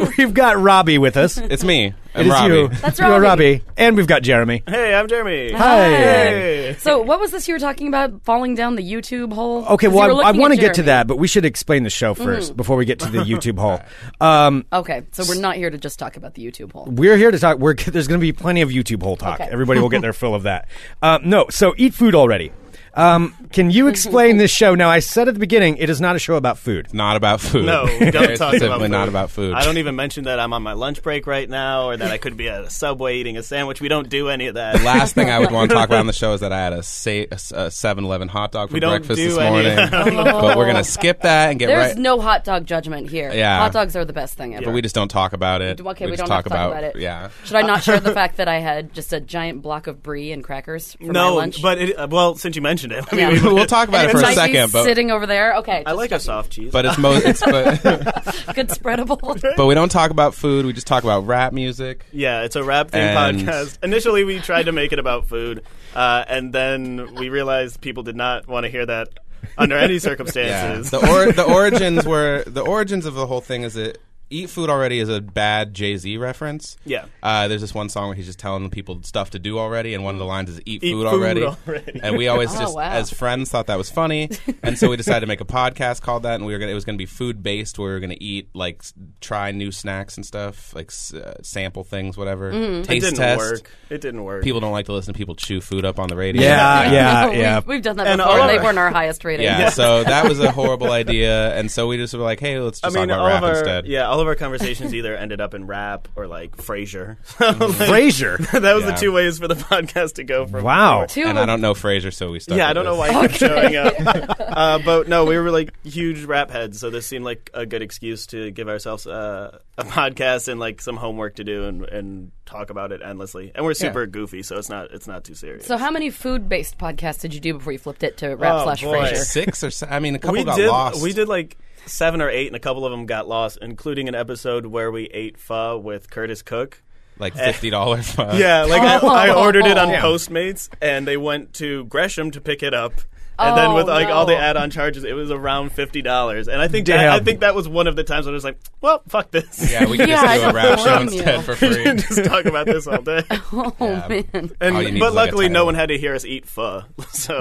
Speaker 8: not.
Speaker 9: Oh,
Speaker 6: We've got Robbie with us.
Speaker 8: It's me. I'm
Speaker 6: It is
Speaker 8: Robbie.
Speaker 6: you.
Speaker 7: That's
Speaker 6: You are
Speaker 7: Robbie.
Speaker 6: Robbie, and we've got Jeremy.
Speaker 9: Hey, I'm Jeremy.
Speaker 6: Hi.
Speaker 7: So what was this you were talking about? Falling down the YouTube hole.
Speaker 6: Okay,
Speaker 7: 'Cause you were
Speaker 6: well, I,
Speaker 7: looking
Speaker 6: want to
Speaker 7: at
Speaker 6: get to
Speaker 7: Jeremy. Mm-hmm.
Speaker 6: that, but we should explain the show 1st before we get to the YouTube hole. Um,
Speaker 7: Okay, so we're not here to just talk about the YouTube hole.
Speaker 6: we're here to talk. We're, there's going to be plenty of YouTube hole talk.
Speaker 7: Okay.
Speaker 6: Everybody will get their fill of that. Um, no, so eat food already. Um, can you explain this show? Now, I said at the beginning, it is not a show about food.
Speaker 8: Not about food.
Speaker 9: No,
Speaker 8: Very
Speaker 9: don't talk about
Speaker 8: specifically
Speaker 9: food.
Speaker 8: not about food.
Speaker 9: I don't even mention that I'm on my lunch break right now, or that I could be at a subway eating a sandwich. We don't do any of that.
Speaker 8: Last thing I would want to talk about on the show is that I had a, sa- a, s- a 7-Eleven hot dog for
Speaker 9: We don't
Speaker 8: breakfast
Speaker 9: do
Speaker 8: this
Speaker 9: any
Speaker 8: morning.
Speaker 9: of
Speaker 8: but we're gonna skip that and get
Speaker 7: Oh. There's
Speaker 8: right.
Speaker 7: no hot dog judgment here.
Speaker 8: Yeah.
Speaker 7: hot dogs are the best thing ever.
Speaker 8: but we just don't talk about it.
Speaker 7: okay, we,
Speaker 8: just
Speaker 7: don't have
Speaker 8: talk
Speaker 7: to talk about, it.
Speaker 8: Yeah.
Speaker 7: Should I not share the fact that I had just a giant block of brie and crackers for my
Speaker 9: no,
Speaker 7: lunch?
Speaker 9: but it, uh, well, since you mentioned mentioned it. Let me
Speaker 7: Yeah.
Speaker 9: read what
Speaker 8: we'll
Speaker 9: it-
Speaker 8: talk about it
Speaker 7: It's
Speaker 8: for a
Speaker 7: like he's
Speaker 8: second, but
Speaker 7: sitting over there. Okay,
Speaker 9: I like a soft cheese.
Speaker 8: but it's most it's, but,
Speaker 7: just good spreadable.
Speaker 8: but we don't talk about food. We just talk about rap music.
Speaker 9: Yeah, it's a rap theme
Speaker 8: And-
Speaker 9: podcast. Initially, we tried to make it about food, uh, and then we realized people did not want to hear that under any
Speaker 8: Yeah.
Speaker 9: circumstances.
Speaker 8: The or, the origins were the origins of the whole thing is that Eat Food Already is a bad Jay Z reference.
Speaker 9: Yeah.
Speaker 8: Uh, there's this one song where he's just telling people stuff to do already, and one of the lines is "Eat,
Speaker 9: Eat
Speaker 8: food,
Speaker 9: food
Speaker 8: already.
Speaker 9: already.
Speaker 8: And we always
Speaker 7: Oh,
Speaker 8: just
Speaker 7: wow.
Speaker 8: as friends thought that was funny, and so we decided to make a podcast called that, and we were gonna, it was going to be food based. where We were going to eat like s- try new snacks and stuff, like s- uh, sample things, whatever.
Speaker 9: it
Speaker 7: Mm-hmm.
Speaker 8: Taste
Speaker 9: didn't
Speaker 8: test.
Speaker 9: work. It didn't work.
Speaker 8: People don't like to listen to people chew food up on the radio.
Speaker 6: Yeah, yeah,
Speaker 7: No,
Speaker 6: yeah.
Speaker 7: We've, we've done that
Speaker 9: And
Speaker 7: before.
Speaker 9: all
Speaker 7: They
Speaker 9: of-
Speaker 7: weren't our highest rating.
Speaker 8: Yeah, so that was a horrible idea, and so we just were like, "Hey, let's
Speaker 9: I
Speaker 8: just
Speaker 9: mean,
Speaker 8: talk
Speaker 9: all
Speaker 8: about rap
Speaker 9: of our
Speaker 8: instead."
Speaker 9: yeah, all of our conversations either ended up in rap or like Frasier. So, like,
Speaker 6: Frasier.
Speaker 9: that was
Speaker 8: Mm-hmm. Yeah.
Speaker 9: the two ways for the podcast to go from.
Speaker 6: Wow.
Speaker 7: Two
Speaker 8: and
Speaker 7: of
Speaker 8: I don't know Frasier, so we stuck.
Speaker 9: Yeah, I
Speaker 8: with
Speaker 9: don't know
Speaker 8: this.
Speaker 9: why it kept showing up. Uh, but no, we were like huge rap heads, so this seemed like a good excuse to give ourselves uh, a podcast and like some homework to do and, and talk about it endlessly. And we're super goofy, so it's not it's not too serious.
Speaker 7: So how many food-based podcasts did you do before you flipped it to rap
Speaker 9: Oh,
Speaker 7: slash
Speaker 9: boy.
Speaker 7: Frasier?
Speaker 8: Six or se- I mean, a couple
Speaker 9: we
Speaker 8: got
Speaker 9: did
Speaker 8: lost.
Speaker 9: we did like seven or eight, and a couple of them got lost, including an episode where we ate pho with Curtis Cook.
Speaker 8: like fifty dollars.
Speaker 9: Yeah, like I, I ordered it on
Speaker 7: Oh. Yeah.
Speaker 9: Postmates, and they went to Gresham to pick it up. And then with
Speaker 7: Oh,
Speaker 9: like all the
Speaker 7: no.
Speaker 9: add-on charges, it was around fifty dollars. And I think that, I
Speaker 6: Damn.
Speaker 9: think that was one of the times when I was like, "Well, fuck this."
Speaker 8: yeah, we could
Speaker 7: Yeah, I
Speaker 8: just do a
Speaker 7: don't
Speaker 8: rap show
Speaker 7: blame
Speaker 8: instead
Speaker 7: you.
Speaker 8: for
Speaker 9: We
Speaker 8: free.
Speaker 9: can just talk about this all day.
Speaker 7: Oh man,
Speaker 9: And,
Speaker 8: All you need
Speaker 9: but
Speaker 8: is, like, a
Speaker 9: luckily, no
Speaker 8: title.
Speaker 9: one had to hear us eat pho. So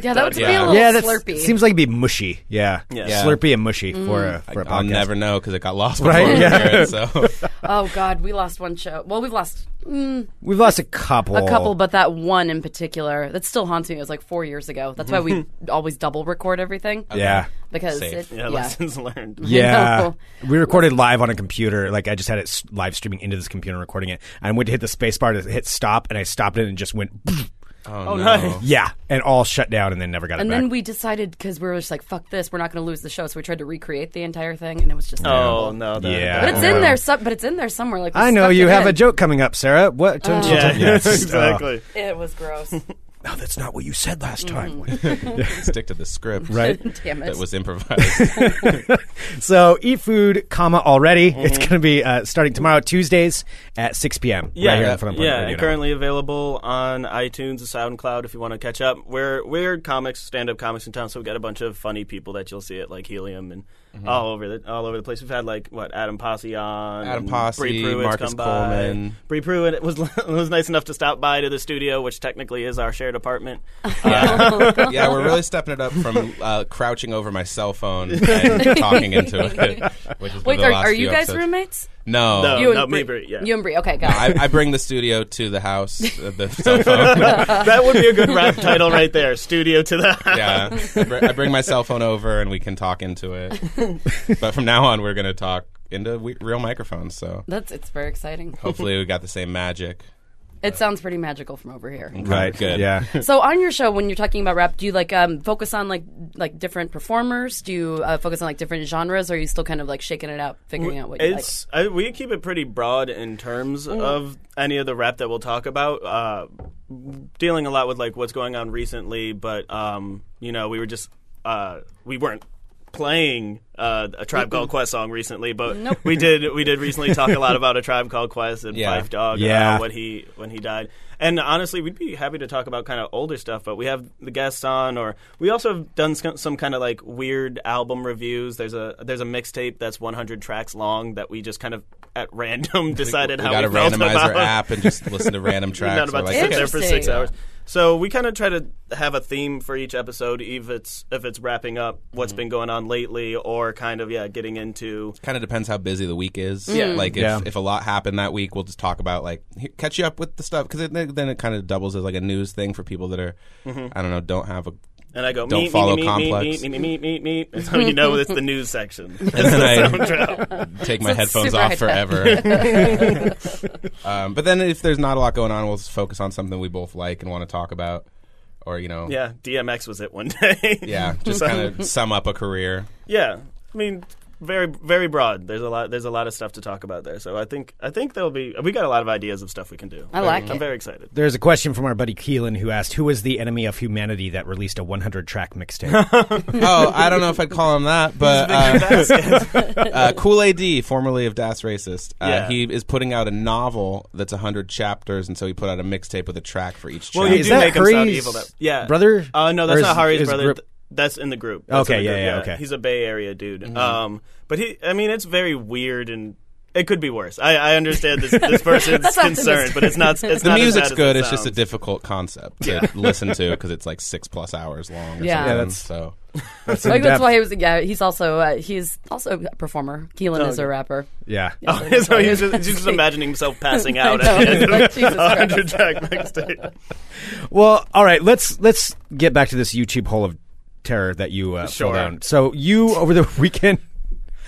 Speaker 7: yeah, that would be
Speaker 8: Yeah.
Speaker 7: a little
Speaker 6: Yeah, that
Speaker 7: slurpy.
Speaker 6: seems like it'd be mushy. Yeah. Mm.
Speaker 9: Yeah.
Speaker 6: Slurpy and mushy for a for a podcast.
Speaker 8: I'll never know because it got lost before
Speaker 6: Right,
Speaker 8: we
Speaker 6: yeah.
Speaker 8: heard it, So
Speaker 7: oh god, we lost one show. Well, we've lost
Speaker 6: We've lost a couple.
Speaker 7: a couple, but that one in particular that still haunts me. It was like four years ago. That's why we always double record everything
Speaker 6: Yeah.
Speaker 7: because
Speaker 8: Safe.
Speaker 7: it,
Speaker 9: yeah,
Speaker 7: yeah,
Speaker 9: lessons learned.
Speaker 6: Yeah,
Speaker 7: know.
Speaker 6: we recorded live on a computer. Like I just had it s- live streaming into this computer, and recording it. I went to hit the space bar to hit stop, and I stopped it and just went.
Speaker 8: oh, no.
Speaker 9: nice.
Speaker 6: Yeah, and all shut down, and then never got
Speaker 7: And
Speaker 6: it back.
Speaker 7: then we decided because we were just like, "Fuck this, we're not going to lose the show." So we tried to recreate the entire thing, and it was just
Speaker 9: Oh no! That,
Speaker 6: Yeah.
Speaker 7: But it's
Speaker 6: Oh,
Speaker 7: in
Speaker 6: wow.
Speaker 7: there, some, but it's in there somewhere. Like we
Speaker 6: I know
Speaker 7: stuck
Speaker 6: you
Speaker 7: it
Speaker 6: have
Speaker 7: in. Oh.
Speaker 6: a joke coming up, Sarah. What? Don't you tell-
Speaker 9: Yeah,
Speaker 6: Yes.
Speaker 9: exactly.
Speaker 7: It was gross.
Speaker 6: Oh, no, that's not what you said last time.
Speaker 7: Mm-hmm.
Speaker 8: stick to the script,
Speaker 6: right.
Speaker 7: Damn it.
Speaker 8: That was improvised.
Speaker 6: So eat food, comma already. It's going to be uh, starting tomorrow, Tuesdays at six p.m. right here on Fun Employment
Speaker 9: yeah,
Speaker 6: Radio
Speaker 9: and
Speaker 6: Network.
Speaker 9: currently available on iTunes and SoundCloud if you want to catch up. We're we're comics, stand up comics in town, so we've got a bunch of funny people that you'll see at like Helium and
Speaker 8: Mm-hmm.
Speaker 9: all over the all over the place. We've had like what Adam Posse on,
Speaker 8: Adam
Speaker 9: and
Speaker 8: Posse,
Speaker 9: Bree Pruitt's
Speaker 8: Marcus
Speaker 9: come by.
Speaker 8: Coleman.
Speaker 9: Bree Pruitt was was nice enough to stop by to the studio, which technically is our shared apartment.
Speaker 7: Oh,
Speaker 8: yeah. yeah, we're really stepping it up from uh, crouching over my cell phone and talking into it. Which has been
Speaker 7: Wait,
Speaker 8: the
Speaker 7: are,
Speaker 8: last
Speaker 7: are
Speaker 8: few
Speaker 7: you guys
Speaker 8: episodes.
Speaker 7: roommates?
Speaker 8: No,
Speaker 9: No.
Speaker 7: you
Speaker 9: not
Speaker 7: and
Speaker 9: me,
Speaker 7: Bree.
Speaker 9: Bree, yeah.
Speaker 7: You and Bree. Okay, got it.
Speaker 8: I, I bring the studio to the house, uh, the cell phone.
Speaker 7: uh,
Speaker 9: that would be a good rap title right there. Studio to the house.
Speaker 8: yeah, I, br- I bring my cell phone over and we can talk into it. but from now on, we're gonna talk into we- real microphones. So
Speaker 7: That's it's very exciting.
Speaker 8: hopefully, we got the same magic.
Speaker 7: It sounds pretty magical from over
Speaker 6: Mm.
Speaker 7: here.
Speaker 6: Right.
Speaker 8: Good.
Speaker 6: Yeah.
Speaker 7: So on your show, when you're talking about rap, do you like um, focus on like like different performers? Do you uh, focus on like different genres? Or are you still kind of like shaking it out, figuring out what you like? Mm-hmm.
Speaker 9: it's I, we keep it pretty broad in terms of any of the rap that we'll talk about uh, dealing a lot with like what's going on recently but um, you know we were just uh, we weren't playing uh, a tribe called quest song recently but we did we did recently talk a lot about a tribe called quest and
Speaker 8: Yeah.
Speaker 9: Fife dog
Speaker 6: Yeah.
Speaker 9: uh, what he when he died and honestly we'd be happy to talk about kind of older stuff but we have the guests on or we also have done sc- some kind of like weird album reviews there's a there's a mixtape that's 100 tracks long that we just kind of at random decided
Speaker 8: we
Speaker 9: how
Speaker 8: gotta
Speaker 9: we felt
Speaker 8: randomize our
Speaker 9: about
Speaker 8: app and just listen to random
Speaker 9: we're
Speaker 8: tracks.
Speaker 9: not about
Speaker 8: We're
Speaker 9: to sit
Speaker 8: like,
Speaker 9: there
Speaker 8: okay.
Speaker 9: for
Speaker 7: Interesting.
Speaker 9: six hours. So we kind of try to have a theme for each episode, if it's if it's wrapping up what's
Speaker 8: Mm-hmm.
Speaker 9: been going on lately, or kind of yeah, getting into
Speaker 8: Kind of depends how busy the week is. Like if,
Speaker 6: Yeah.
Speaker 8: if a lot happened that week, we'll just talk about like here, catch you up with the stuff because it, then it kind of doubles as like a news thing for people that are
Speaker 9: Mm-hmm.
Speaker 8: I don't know don't have a
Speaker 9: and I go
Speaker 8: Don't
Speaker 9: meet,
Speaker 8: follow
Speaker 9: meet,
Speaker 8: Complex.
Speaker 9: meet, meet, meet, meet, meet, meet, meet. So you know it's the news section.
Speaker 8: and then I take my
Speaker 7: So it's
Speaker 8: headphones
Speaker 7: super
Speaker 8: off
Speaker 7: high-tech.
Speaker 8: forever. um, but then if there's not a lot going on, we'll just focus on something we both like and want to talk about, or you know,
Speaker 9: Yeah, DMX was it one day.
Speaker 8: yeah, just kind of sum up a career.
Speaker 9: yeah. I mean, very very broad. There's a lot there's a lot of stuff to talk about there. So I think I think there'll be we got a lot of ideas of stuff we can do.
Speaker 7: I like
Speaker 9: I'm
Speaker 7: it.
Speaker 9: very excited.
Speaker 6: There's a question from our buddy Keelan who asked, "Who was the enemy of humanity that released a 100 track mixtape?"
Speaker 8: oh, I don't know if I'd call him that, but uh, uh, Cool AD, formerly of Das Racist, uh,
Speaker 9: Yeah.
Speaker 8: he is putting out a novel that's hundred chapters, and so he put out a mixtape with a track for each.
Speaker 9: Well,
Speaker 8: chapter.
Speaker 9: you
Speaker 6: Is
Speaker 9: do
Speaker 6: that
Speaker 9: make him sound
Speaker 6: Hari's
Speaker 9: evil. That, yeah,
Speaker 6: brother?
Speaker 9: Uh, no, that's
Speaker 6: Or
Speaker 9: not
Speaker 6: is-
Speaker 9: Hari's
Speaker 6: is
Speaker 9: brother.
Speaker 6: group-
Speaker 9: Th- that's in the group. That's
Speaker 6: Okay,
Speaker 9: in the
Speaker 6: yeah,
Speaker 9: group,
Speaker 6: yeah, okay. Mm-hmm.
Speaker 9: He's a Bay Area dude. Um, but he, I mean, it's very weird and it could be worse. I, I understand this, this person's concern, but it's not. It's
Speaker 8: the
Speaker 9: not as
Speaker 8: music's
Speaker 9: bad as
Speaker 8: good.
Speaker 9: it
Speaker 8: It's just a
Speaker 9: sounds.
Speaker 8: difficult concept to listen to because it's like six plus hours long. Or
Speaker 7: Yeah.
Speaker 8: something,
Speaker 7: Yeah,
Speaker 6: that's-
Speaker 8: so
Speaker 6: That's
Speaker 7: Like
Speaker 6: in
Speaker 7: Oh, that's
Speaker 6: depth.
Speaker 7: why he was. Yeah, he's also uh, he's also a performer. Keelan
Speaker 9: Oh,
Speaker 7: is a rapper.
Speaker 6: yeah.
Speaker 9: so he's just, he's just imagining himself passing out
Speaker 7: know,
Speaker 9: at the end
Speaker 7: like,
Speaker 9: of
Speaker 7: Jesus
Speaker 9: a hundred
Speaker 7: Christ.
Speaker 9: track mixtape.
Speaker 6: Well, all right. Let's let's get back to this YouTube hole of terror that you uh, fell
Speaker 9: Sure.
Speaker 6: down. So you over the weekend,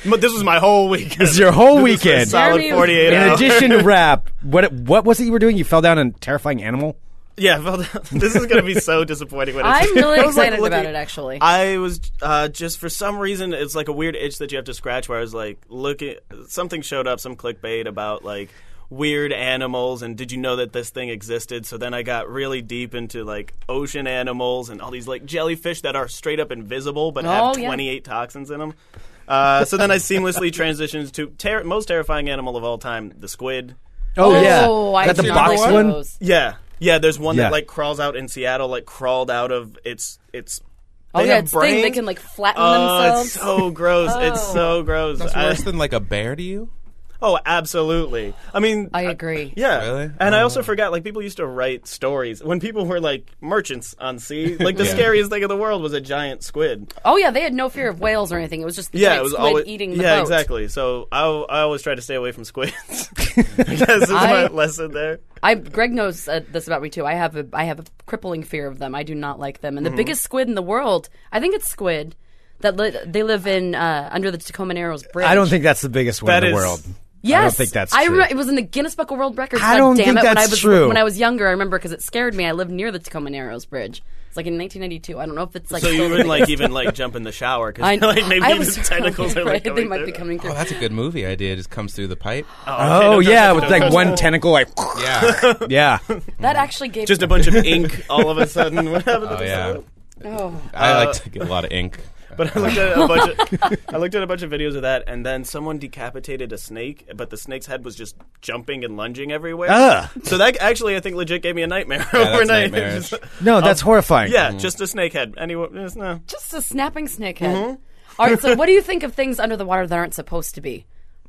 Speaker 9: But this was my whole weekend.
Speaker 6: This is your whole
Speaker 9: This was a
Speaker 6: weekend.
Speaker 9: Solid
Speaker 7: Jeremy was-
Speaker 9: forty-eight
Speaker 6: in
Speaker 9: hours.
Speaker 6: addition to rap, what what was it you were doing? You fell down a terrifying animal.
Speaker 9: Yeah, well, this is going to be so disappointing. When it's
Speaker 7: I'm really
Speaker 9: I was, like,
Speaker 7: excited about
Speaker 9: looking-
Speaker 7: it, actually.
Speaker 9: I was uh, just for some reason it's like a weird itch that you have to scratch. Where I was like looking, something showed up, some clickbait about like weird animals and did you know that this thing existed so then i got really deep into like ocean animals and all these like jellyfish that are straight up invisible but have
Speaker 7: Oh, yeah.
Speaker 9: 28 toxins in them uh, so then i seamlessly transitioned to ter- most terrifying animal of all time the squid
Speaker 6: Oh, yeah,
Speaker 7: Oh, I
Speaker 6: Is that
Speaker 7: do
Speaker 6: the
Speaker 7: not
Speaker 6: box
Speaker 7: like
Speaker 6: one.
Speaker 7: those.
Speaker 9: yeah, yeah. There's one
Speaker 6: Yeah.
Speaker 9: that like crawls out in Seattle, like crawled out of its its.
Speaker 7: Oh
Speaker 9: they
Speaker 7: yeah,
Speaker 9: have
Speaker 7: it's thing they
Speaker 9: brains?
Speaker 7: can like flatten
Speaker 9: Oh,
Speaker 7: themselves. Oh.
Speaker 9: it's so gross! It's so gross.
Speaker 8: it's
Speaker 9: I-
Speaker 8: worse than like a bear to you.
Speaker 9: oh, absolutely. I mean,
Speaker 7: I agree.
Speaker 9: yeah.
Speaker 8: Really? Oh.
Speaker 9: And I also forgot, like, people used to write stories when people were like merchants on sea. Like the scariest thing in the world was a giant squid.
Speaker 7: Oh yeah, they had no fear of whales or anything. It was just the
Speaker 9: Yeah,
Speaker 7: giant
Speaker 9: it was
Speaker 7: squid
Speaker 9: always
Speaker 7: eating the
Speaker 9: yeah,
Speaker 7: boat.
Speaker 9: exactly. So I, I always try to stay away from squids. I guess is my
Speaker 7: I-
Speaker 9: lesson there.
Speaker 7: I Greg knows uh, this about me too. I have a I have a crippling fear of them. I do not like them. And
Speaker 6: Mm-hmm.
Speaker 7: the biggest squid in the world, I think it's squid that li- they live in uh, under the Tacoma Narrows Bridge.
Speaker 6: I don't think that's the biggest one
Speaker 9: That
Speaker 6: in the
Speaker 9: is-
Speaker 6: world.
Speaker 7: Yes,
Speaker 6: I don't think that's
Speaker 7: I
Speaker 6: true.
Speaker 7: remember it was in the Guinness Book of World Records.
Speaker 6: I
Speaker 7: God
Speaker 6: don't
Speaker 7: damn
Speaker 6: think
Speaker 7: it, when I
Speaker 6: that's
Speaker 7: was,
Speaker 6: true.
Speaker 7: When I was younger, I remember because it scared me. I lived near the Tacoma Narrows Bridge. It's like in 1992. I don't know if it's like
Speaker 9: So you
Speaker 7: still-
Speaker 9: wouldn't like even like jump in the shower because
Speaker 7: I
Speaker 9: like maybe
Speaker 7: I
Speaker 9: even
Speaker 7: was
Speaker 9: tentacles are like
Speaker 7: afraid they
Speaker 9: coming
Speaker 7: might
Speaker 9: through.
Speaker 7: be coming through.
Speaker 8: Oh, that's a good movie idea. It just comes through the pipe.
Speaker 9: okay,
Speaker 6: Oh
Speaker 9: don't touch
Speaker 6: yeah,
Speaker 9: it,
Speaker 6: with
Speaker 9: don't
Speaker 6: like
Speaker 9: touch
Speaker 6: one
Speaker 9: it.
Speaker 6: tentacle, like
Speaker 8: Yeah.
Speaker 6: yeah.
Speaker 7: That actually gave
Speaker 9: just a bunch of ink all of a sudden. What happened? to
Speaker 8: oh
Speaker 9: this?
Speaker 8: yeah.
Speaker 7: Oh.
Speaker 8: I like to get a lot of ink.
Speaker 9: But I looked at a bunch. Of, I looked at a bunch of videos of that, and then someone decapitated a snake, but the snake's head was just jumping and lunging everywhere.
Speaker 6: Ugh.
Speaker 9: So that actually, I think, legit gave me a nightmare
Speaker 8: Ah. that's Mm-hmm.
Speaker 9: overnight.
Speaker 8: nightmarish.
Speaker 9: Just-
Speaker 6: No, that's horrifying.
Speaker 9: Oh, yeah, just a snake head. Anyway, just, no.
Speaker 7: Just a snapping snake head.
Speaker 8: Mm-hmm.
Speaker 7: All right, so what do you think of things under the water that aren't supposed to be?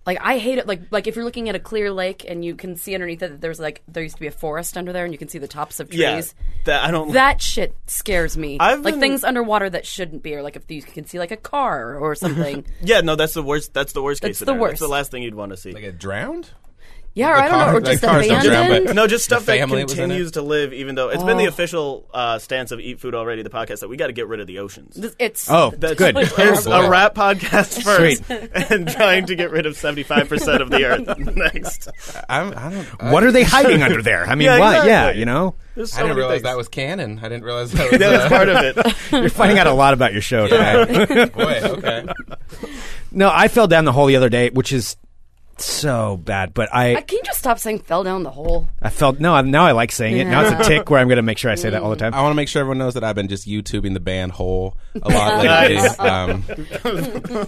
Speaker 7: Like I hate it. Like like if you're looking at a clear lake and you can see underneath it that there's like there used to be a forest under there and you can see the tops of
Speaker 9: yeah,
Speaker 7: trees.
Speaker 9: that I don't.
Speaker 7: That shit scares me.
Speaker 9: I've
Speaker 7: like
Speaker 9: been-
Speaker 7: things underwater that shouldn't be, or like if you can see like a car or something.
Speaker 9: yeah, no, that's the worst. That's the worst
Speaker 7: That's
Speaker 9: case.
Speaker 7: the
Speaker 9: scenario.
Speaker 7: worst.
Speaker 9: That's the last thing you'd want to see.
Speaker 8: Like it drowned.
Speaker 7: yeah, or
Speaker 8: The
Speaker 7: I don't know,
Speaker 8: car-
Speaker 7: or
Speaker 8: the
Speaker 7: just
Speaker 8: cars don't drown,
Speaker 7: abandoned.
Speaker 8: but-
Speaker 9: No, just stuff that
Speaker 8: family was in it?
Speaker 9: continues to live, even though it's
Speaker 7: Oh.
Speaker 9: been the official uh, stance of Eat Food Already, the podcast, that we got to get rid of the oceans.
Speaker 7: It's
Speaker 6: Oh, good.
Speaker 9: It's
Speaker 8: Oh, boy.
Speaker 9: a rap podcast first, and trying to get rid of seventy-five percent of the earth next.
Speaker 8: I'm, I don't. I,
Speaker 6: What are they hiding under there? I mean,
Speaker 9: Yeah,
Speaker 6: why? Yeah,
Speaker 9: exactly.
Speaker 6: you know,
Speaker 9: There's so
Speaker 8: I didn't
Speaker 9: many
Speaker 8: realize
Speaker 9: things.
Speaker 8: that was canon. I didn't realize that was.
Speaker 9: Yeah, that's
Speaker 8: uh,
Speaker 9: part of it.
Speaker 6: you're finding out a lot about your show. Tonight.
Speaker 8: yeah. Boy, okay.
Speaker 6: No, I fell down the hole the other day, which is so bad. But
Speaker 7: I
Speaker 6: I,
Speaker 7: can you just stop saying fell down the hole.
Speaker 6: I felt no. I- Now I like saying it. Now it's a tick where I'm going to make sure I say that all the time.
Speaker 8: I want to make sure everyone knows that I've been just YouTubing the band Hole a lot lately.
Speaker 9: Nice.
Speaker 8: um,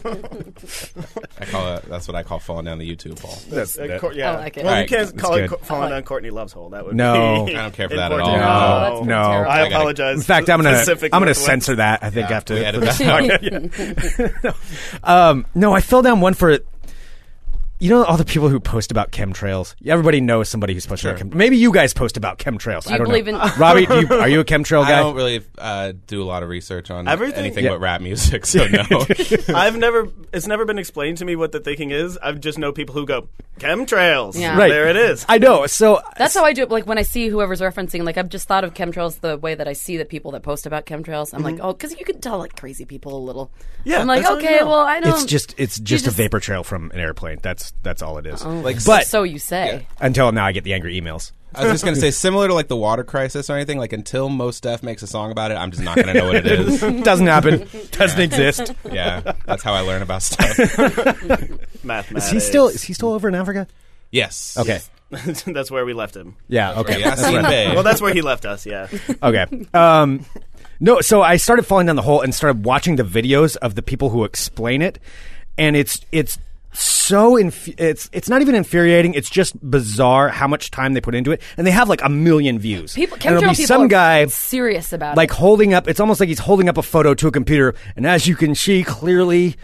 Speaker 8: I call it. That's what I call falling down the YouTube hole.
Speaker 6: That's
Speaker 9: Uh, Cour- yeah.
Speaker 7: I like it.
Speaker 9: Well,
Speaker 8: Alright,
Speaker 9: you can't
Speaker 8: that's
Speaker 9: call it
Speaker 6: good.
Speaker 9: Co- falling down Courtney Love's hole. That would
Speaker 6: No.
Speaker 9: be
Speaker 8: I don't care for that at
Speaker 9: important.
Speaker 8: all.
Speaker 7: No, Oh, that's
Speaker 6: no.
Speaker 7: terrible.
Speaker 9: I
Speaker 8: I gotta-
Speaker 9: apologize.
Speaker 6: In fact, I'm gonna
Speaker 9: Pacific
Speaker 6: I'm gonna
Speaker 9: Northwest.
Speaker 6: censor that. I think after
Speaker 8: we
Speaker 6: for
Speaker 8: edit
Speaker 6: this
Speaker 8: that out.
Speaker 6: podcast. um, no, I fell down one for. You know all the people who post about chemtrails. Everybody knows somebody who's posting about chemtrails. Maybe you guys post about chemtrails.
Speaker 7: Do you
Speaker 6: I don't
Speaker 7: believe
Speaker 6: know.
Speaker 7: in-
Speaker 6: Robbie? Do you, are you a chemtrail
Speaker 8: I
Speaker 6: guy?
Speaker 8: don't really uh, do a lot of research on
Speaker 9: Everything-
Speaker 8: anything
Speaker 6: Yeah.
Speaker 8: but rap music, so no.
Speaker 9: I've never. It's never been explained to me what the thinking is. I just know people who go chemtrails.
Speaker 7: Yeah.
Speaker 6: Right.
Speaker 9: There it is.
Speaker 6: I know. So
Speaker 7: That's how I do it. Like when I see whoever's referencing, like I've just thought of chemtrails the way that I see the people that post about chemtrails. I'm like, oh, because you can tell like crazy people a little.
Speaker 9: Yeah,
Speaker 7: I'm like,
Speaker 9: that's all you
Speaker 7: okay,
Speaker 9: know.
Speaker 7: well, I don't.
Speaker 6: it's just it's
Speaker 7: you Oh.
Speaker 6: just a vapor trail from an airplane. That's that's all it is.
Speaker 8: like,
Speaker 6: But
Speaker 7: So you say.
Speaker 6: until now, I get the angry emails.
Speaker 8: I was just gonna say, similar to like the water crisis or anything. Like until Most Def makes a song about it, I'm just not gonna know what it is.
Speaker 6: Doesn't happen. Doesn't exist.
Speaker 8: Yeah, that's how I learn about stuff.
Speaker 9: Mathematics.
Speaker 6: Is he still? Is he still over in Africa?
Speaker 8: Yes.
Speaker 6: Okay.
Speaker 9: that's where we left him.
Speaker 6: Yeah. Okay.
Speaker 8: Yeah, I seen Babe.
Speaker 9: Well, that's where he left us. Yeah.
Speaker 6: Okay. Um, no, so I started falling down the hole and started watching the videos of the people who explain it, and it's it's so inf- it's it's not even infuriating. It's just bizarre how much time they put into it, and they have like a million views.
Speaker 7: People,
Speaker 6: and
Speaker 7: chemtrail
Speaker 6: it'll be
Speaker 7: people
Speaker 6: some
Speaker 7: are
Speaker 6: guy
Speaker 7: serious about
Speaker 6: like
Speaker 7: it.
Speaker 6: holding up. It's almost like he's holding up a photo to a computer, and as you can see clearly,